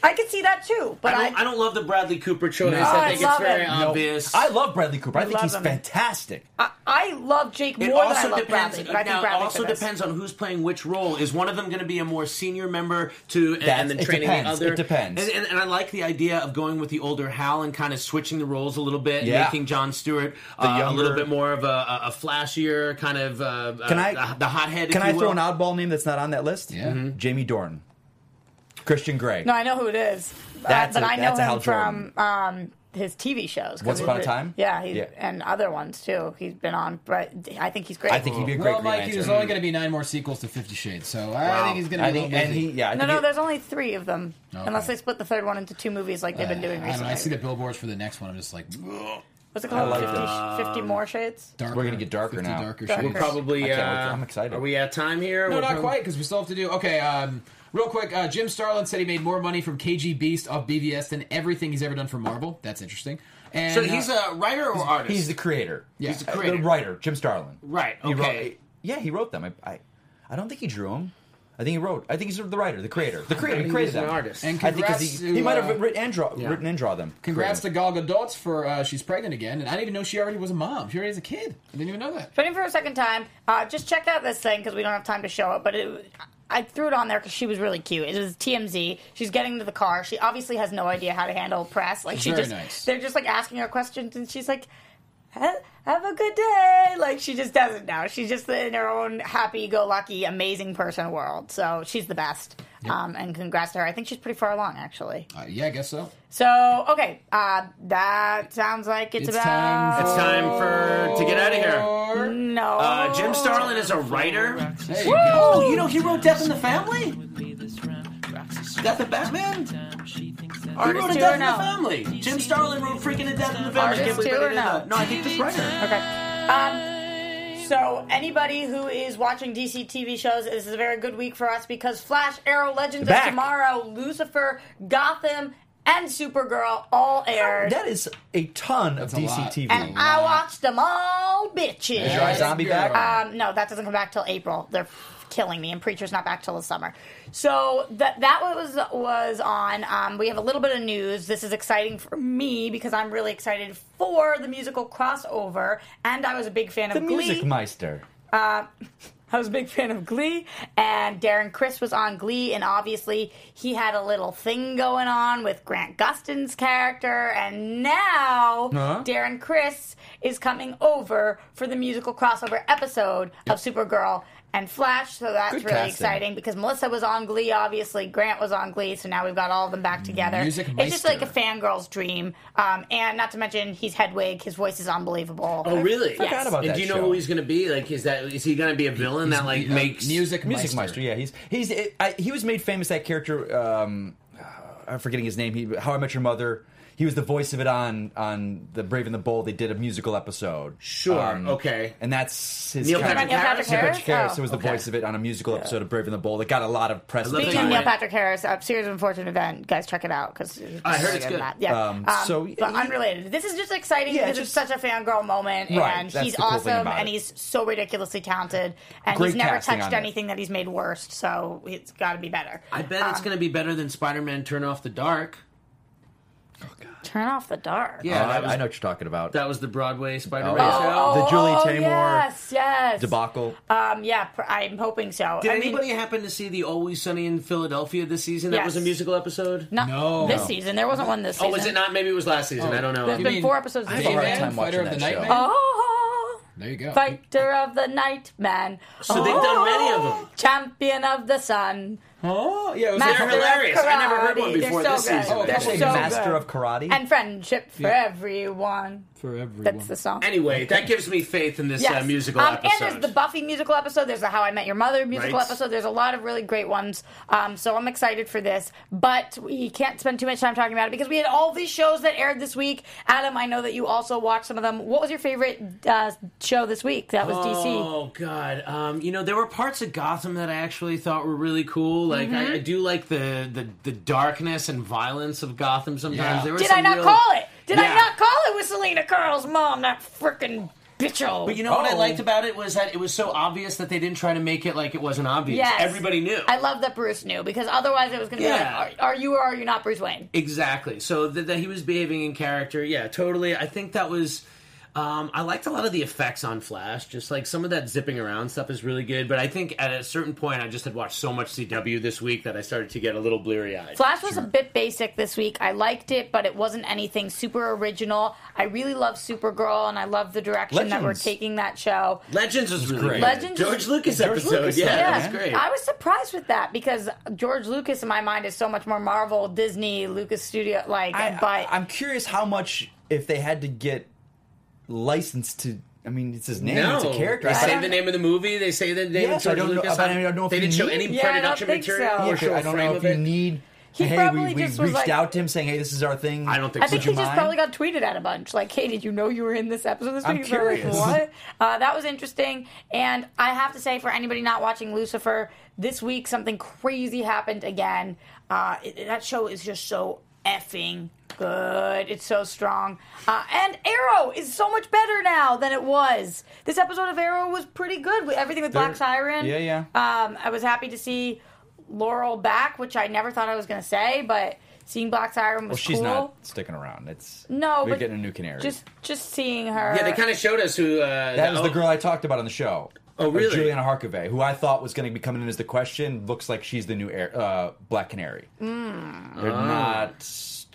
I could see that too, but Oh,
I don't, I don't love the Bradley Cooper choice. I
I
think it's
love
very um,
it. No.
obvious.
I love Bradley Cooper. I think
love
he's
him.
fantastic.
Uh,
I, I love Jake
It
more than I
also
love
depends.
Bradley. But I think
now, it
Bradley
also
for this.
depends on who's playing which role. Is one of them going to be a more senior member to, and,
That-
then
it
training
depends.
the other?
It depends.
And, and, and I like the idea of going with the older Hal and kind of switching the roles a little bit, and
Yeah.
making John Stewart uh, a little
younger-
bit more of a, a, a flashier kind of. Uh,
Can
uh,
I
the, the hothead? if
Can
you
I throw
will. Mm-hmm.
an oddball name that's not on that list?
Yeah. Mhm.
Jamie Dornan, Christian Grey.
No, I know who it is, Uh,
That's
but
a-
I know
that's a Hal
him from um, his TV shows. 'cause
Once Upon a
he's-
Time?
Yeah, he,
Yeah.
and other ones too. He's been on, but I think he's great.
I think he'd be a great
Well,
Green
Mike,
Lantern.
there's only going to be nine more sequels to Fifty Shades, so I think he's going to be
I think,
a little
and
busy.
he, yeah, I
no,
think
no,
he-
there's only three of them,
Okay.
unless they split the third one into two movies like they've been
I,
doing
don't know,
recently.
I see the billboards for the next one. I'm just like, ugh,
What's it called?
like
50, 50 more shades.
darker.
We're gonna get darker
50
now.
Darker
Darker.
shades.
We're
Probably.
I can't
uh,
wait. I'm excited.
Are we at time here?
No,
We're
not
probably-
quite, because we still have to do. Okay, um, real quick. Uh, Jim Starlin said he made more money from KG Beast off BVS than everything he's ever done for Marvel. That's interesting. And uh,
So he's a writer or artist?
he's the creator.
Yeah.
He's the
Uh,
creator.
The writer, Jim Starlin.
Right,
He wrote-
okay.
yeah, he wrote them. I, I, I don't think he drew them. I think he wrote. I think he's the writer, the creator, the creator. He
He's
created
an
them.
artist.
And
I think 'cause
congrats
he,
to,
he might
uh,
have written and draw, written and draw them.
Congrats
Created
to Gal Gadot for uh, she's pregnant again, and I didn't even know she already was a mom. She already has a kid. I didn't even know that.
Put in for a second time. Uh, just check out this thing because we don't have time to show it. But it, I threw it on there because she was really cute. It was TMZ. She's getting into the car. She obviously has no idea how to handle press. Like she
Very
just,
nice.
they're just like asking her questions, and she's like, "Ha- "Have a good day." Like she just doesn't know. She's just in her own happy-go-lucky, amazing person world. So she's the best. Um, and congrats to her. I think she's pretty far along actually.
Uh, yeah, I guess so.
So okay, uh, that sounds like it's,
It's
about
time
It's time for to get out of
Oh.
here.
Or-
no.
Uh, Jim Starlin is a writer.
Hey, yeah.
Oh, you know, he wrote Death in the Family? Death of Batman? He
Artist
wrote
too
a Death
or
in the
no?
Family.
Jim Starlin wrote freaking A Death in the Family.
Artist
Can't believe
too
I
or
didn't know
no?
that. No, I think just writer.
Okay. Um, so anybody who is watching DC TV shows, this is a very good week for us because Flash, Arrow, Legends
Back.
of Tomorrow, Lucifer, Gotham, and Supergirl all aired,
That is a ton of
a
DC
lot.
TV.
and I watched them all, bitches.
Is your eye zombie
Yeah.
back?
Um, no, that doesn't come back till April. They're killing me, and Preacher's not back till the summer. So that that was was on. Um, we have a little bit of news. This is exciting for me because I'm really excited for the musical crossover, and I was a big fan
the
of Glee.
Music Meister.
I was a big fan of Glee, and Darren Chris was on Glee, and obviously he had a little thing going on with Grant Gustin's character, and now
Uh-huh.
Darren Chris is coming over for the musical crossover episode of Supergirl and Flash, so that's
Good
really
casting.
exciting because Melissa was on Glee, obviously Grant was on Glee, so now we've got all of them
Mm,
back together.
Music
it's just like a
Meister.
fangirl's dream, um, and not to mention he's Hedwig, his voice is unbelievable.
Oh, really?
forgot
Yes.
about
And
that
do you know
show.
who he's going to be? Like, is that is he going to be a villain that like
Uh,
makes
music,
Music Meister. Yeah, he's he's it, I, he was made famous that character. Um, uh, I'm forgetting his name. He How I Met Your Mother. He was the voice of it on on the Brave and the Bold. They did a musical episode. Um,
Sure, okay.
And that's his
Neil
character.
Patrick
Neil Patrick
Harris?
Neil
Harris?
Patrick Harris
Oh.
was the voice of it on a musical episode of Brave and the Bold. It got a lot of press. at the
love
Speaking of
that
time.
you
Neil
went-
Patrick Harris, uh, Series of Unfortunate Event, guys, check it out because
I heard it's good.
Yeah.
Um, so-
so, but unrelated. This is just exciting
Yeah,
because it's
just-
such a fangirl moment,
Right,
and
that's
he's
the cool thing
awesome,
about
and
it.
he's so ridiculously talented, and
Great
he's never
casting on
touched
it.
anything that he's made worst, so it's got to be better.
I bet it's going to be better than Spider Man Turn Off the Dark.
Turn off the dark.
Yeah,
Uh,
that, was,
I, I know what you're talking about.
that was the Broadway Spider-Man
Oh,
show.
The Julie
oh,
Taymor
Yes, yes.
debacle.
Um, yeah, pr- I'm hoping so.
Did
I mean,
anybody happen to see the Always Sunny in Philadelphia this season? That was a
Yes.
musical episode.
not
No.
this season. There wasn't one this
Oh,
season.
was it not? Maybe it was last season. I don't know.
There's
You
been
mean
four episodes this
Hey,
have a hard
man,
season.
time
Fighter
watching
of the
that
Night
show.
Man?
Oh,
There you go.
fighter of the night, man. Oh.
So they've done many of them.
Champion of the sun.
Oh, yeah. It was
Master
They're
of
hilarious. I never heard one
karate.
before
They're
this
so good.
season.
Oh,
They're
probably
so
Master
good.
of Karate.
and friendship for
Yeah.
everyone.
for everyone.
That's the song.
Anyway, that gives me faith in this
Yes.
uh, musical
um,
episode.
And there's the Buffy musical episode. There's the How I Met Your Mother musical
Right.
episode. There's a lot of really great ones. Um, so I'm excited for this. But we can't spend too much time talking about it because we had all these shows that aired this week. Adam, I know that you also watched some of them. What was your favorite uh, show this week? That was DC.
Oh God! Um, you know there were parts of Gotham that I actually thought were really cool. Like
Mm-hmm.
I, I do like the, the the darkness and violence of Gotham. Sometimes
Yeah.
there were
Did
some
I not
real-
call it? Did
Yeah.
I not call it with Selena Carl's mom? That freaking bitchel.
But you know what I
Oh.
liked about it was that it was so obvious that they didn't try to make it like it wasn't obvious.
Yes.
Everybody knew.
I love that Bruce knew because otherwise it was going to
Yeah.
be like, are, are you or are you not Bruce Wayne?
Exactly. So th- that he was behaving in character. Yeah, totally. I think that was. Um, I liked a lot of the effects on Flash. Just like some of that zipping around stuff is really good. But I think at a certain point, I just had watched so much CW this week that I started to get a little bleary eyed.
Flash was a bit basic this week. I liked it, but it wasn't anything super original. I really love Supergirl, and I love the direction that we're
Legends.
taking that show.
Legends was really
great.
good.
Legends was-
George Lucas
George
episode.
Lucas,
yeah,
yeah.
that was great.
I was surprised with that because George Lucas in my mind is so much more Marvel, Disney, Lucas Studio like.
I,
but
am curious how much if they had to get licensed to. I mean, it's his name.
no,
It's a character.
They
I
say
don't-
the name of the movie. They say the name
Yes, I
of George
don't know-
Lucas.
but I don't know if
they
you
didn't show
need-
any
Yeah, I don't
production
think so.
material.
Yeah,
or show
Oh, I
a
don't
frame
know if
of
you
it.
need.
He
hey,
probably
we, we
just
reached
was like-
out to him saying, "Hey, this is our thing."
I don't think
I
so.
think he
you
just
mind?
probably got tweeted at a bunch. Like, hey, did you know you were in this episode this week?
I'm
He's probably
curious.
Like, what? Uh, that was interesting. And I have to say, for anybody not watching Lucifer, this week something crazy happened again. Uh, it- that show is just so effing good. It's so strong. Uh, and Arrow is so much better now than it was. This episode of Arrow was pretty good. With everything with Black
There-
Siren.
Yeah, yeah.
Um, I was happy to see Laurel back, which I never thought I was going to say, but. Seeing Black Siren was
Well, she's
cool.
not sticking around. It's
No,
We're
but
getting a new canary.
Just just seeing her.
Yeah, they kind of showed us who. Uh,
that was
oh,
the girl I talked about on the show.
Oh, really?
Juliana Harkavy, who I thought was going to be coming in as the question, looks like she's the new air, uh, Black Canary.
Hmm.
They're
Oh.
not.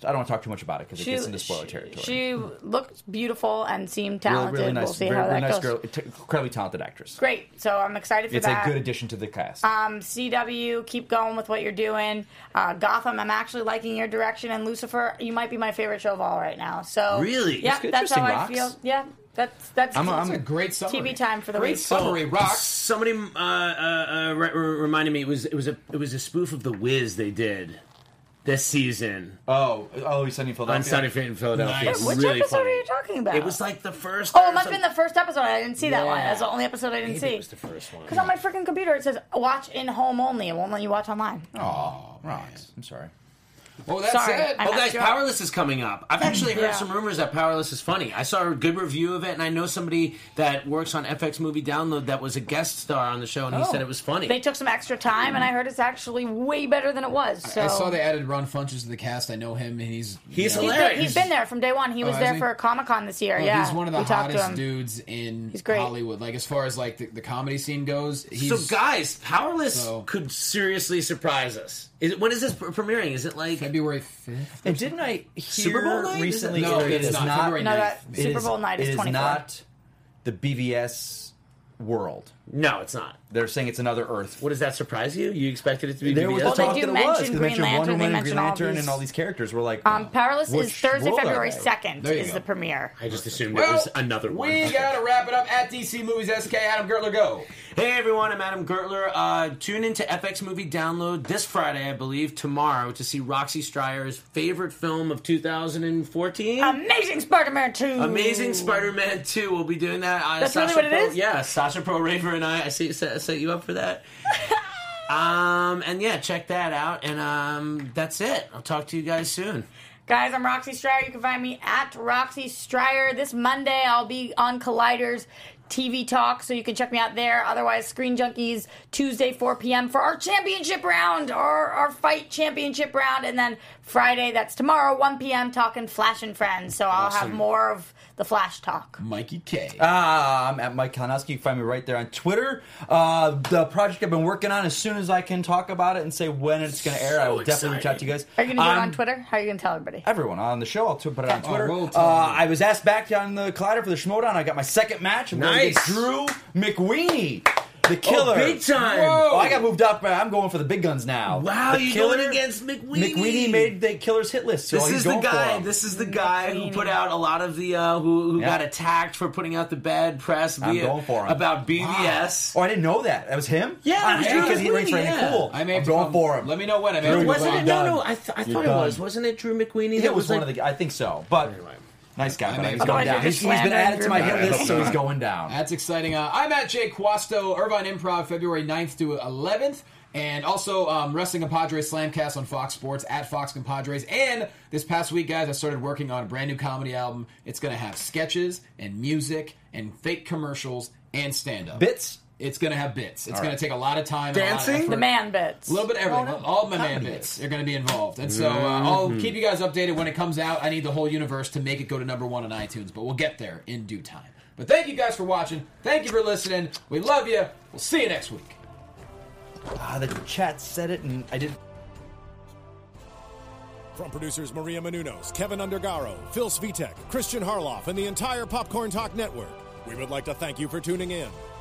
I don't want to talk too much about it because it gets into spoiler territory.
She looked beautiful and seemed
really,
talented.
really nice,
we'll see
very,
how
really
that
nice
goes.
girl, t- incredibly talented actress.
Great. So I'm excited for
It's
that.
a good addition to the cast.
um, CW, keep going with what you're doing. Uh, Gotham, I'm actually liking your direction. And Lucifer, you might be my favorite show of all right now. So
Really?
yeah,
That's
good.
that's how I
Interesting,
feel.
Rocks.
Yeah, that's that's.
I'm a- I'm
a great summary.
TV time for the
Great
week.
summary, rocks.
Somebody uh, uh, uh, re- re- reminded me it was it was a it was a spoof of The Wiz they did this season
oh, oh, he's sending Philadelphia.
on Sunday Night in Philadelphia.
Nice.
It's
Which
really
episode
funny.
are you talking about?
It was like the first.
Oh, it
or
must have been
some-
the first episode. I didn't see that one.
Yeah.
That's the only episode I didn't see.
Maybe it was the first one.
Because on my freaking computer it says watch in home only. It won't let you watch online.
Oh, rocks. I'm sorry.
Oh, that's
Sorry,
it.
I-
Oh,
I'm
guys,
sure.
Powerless is coming up. I've actually heard
Yeah.
some rumors that Powerless is funny. I saw a good review of it, and I know somebody that works on FX Movie Download that was a guest star on the show, and he said it was funny.
They took some extra time, and I heard it's actually way better than it was. So
I saw they added Ron Funches to the cast. I know him, and he's
He's
you know,
He's
hilarious.
been, he's been there from day one. He was
Oh, has
there
he?
for Comic Con this year.
Oh,
yeah,
he's one of the
we talked to
hottest
him.
dudes in
He's great.
Hollywood. Like as far as like the, the comedy scene goes, he's
so, guys, Powerless
So-
could seriously surprise us. Is it, when is this pr- premiering? Is it like
February fifth.
And didn't I hear
Super Bowl night? Is it-
recently?
No,
it
it is
is
not. February
No, that
it
Super
is-
Bowl night
it
is
is
24.
not the BVS world.
no? It's not.
They're saying it's another Earth.
What does that surprise you? You expected it to be
There was
VBS?
Well, they
talk
do
that it
mention
was. 'cause They
Green
mentioned
Lantern,
Wonder
they
Woman, and
mention
Green
all
Lantern,
these-
and all these characters were like.
Um, Powerless is
which
Thursday,
world are
February
they?
second
There you
is
go.
the premiere.
I just assumed it
Well,
was another one.
We gotta wrap it up at DC Movies SK. Adam Gertler, go.
Hey everyone, I'm Adam Gertler. Uh, tune into FX Movie Download this Friday, I believe, tomorrow, to see Roxy Strier's favorite film of 2014.
Amazing Spider-Man two.
Amazing Spider-Man 2. We'll be doing that. Uh,
That's
Sasha
really what it
Pro-
is?
Yeah, Sasha Pro Raver and I. I see, set, set you up for that. um, and yeah, check that out. And um, that's it. I'll talk to you guys soon.
Guys, I'm Roxy Stryer. You can find me at Roxy Stryer. This Monday, I'll be on Colliders TV Talk, so you can check me out there. Otherwise, Screen Junkies, Tuesday, 4 p.m. for our championship round, our, our fight championship round. And then Friday, that's tomorrow, 1 p.m., talking Flash and Friends. So I'll have more of the Flash talk.
Mikey K.
Ah, I'm at Mike Kalinowski. You can find me right there on Twitter. Uh, the project I've been working on, as soon as I can talk about it and say when it's going to air, I will definitely reach out to you guys.
Are you going to do it
I'm-
on Twitter? How are you going to tell everybody?
Everyone on the show, I'll t- put it on
Okay.
Twitter.
Oh, we'll
uh,
tell you.
I was asked back on the collider for the Schmodown. I got my second match. I'm going against
Nice.
Drew McWeeny, the killer.
Oh, big time.
Oh, I got moved up. I'm going for the big guns now.
Wow,
The
you're going against McWeenie.
McWeeny made the killer's hit list. So
This
he's
is the
going for
guy.
him.
This is the guy who put out a lot of the uh, who who
Yeah.
got attacked for putting out the bad press
I'm
via,
going for him.
about BVS.
Oh, I didn't know that. That was him.
Yeah, that
I'm
was
happy
Drew
because he rates
McWeeny,
Randy
yeah.
Cool.
I may
I'm
have to
going
come-
for him.
Let me know when. I may have
Drew
to go
Wasn't
back.
it? No,
done.
no. I, th- I
You're
thought it
done.
was. Wasn't it Drew McWeeny?
It
that
was one
like-
of the. I think so, but nice guy. But
may-
he's going
Otherwise
down.
you're
He's-
just
he's been added to my
slandering
hit
Drew
list, so he's going down.
That's exciting. Uh, I'm at Jake Quasto, Irvine Improv, February 9th to 11th. And also, um, Wrestling Compadres Slamcast on Fox Sports at Fox Compadres. And this past week, guys, I started working on a brand new comedy album. It's going to have sketches and music and fake commercials and stand up.
Bits.
It's going to have bits. It's going to take a lot of time.
Dancing?
And a lot of
The
effort.
man bits.
A little bit of everything. all my man bits are going to be involved. And so uh, I'll keep you guys updated when it comes out. I need the whole universe to make it go to number one on iTunes, but we'll get there in due time. But thank you guys for watching. Thank you for listening. We love you. We'll see you next week.
Ah, the chat said it, and I didn't.
From producers Maria Menunos, Kevin Undergaro, Phil Svitek, Christian Harloff, and the entire Popcorn Talk Network, we would like to thank you for tuning in.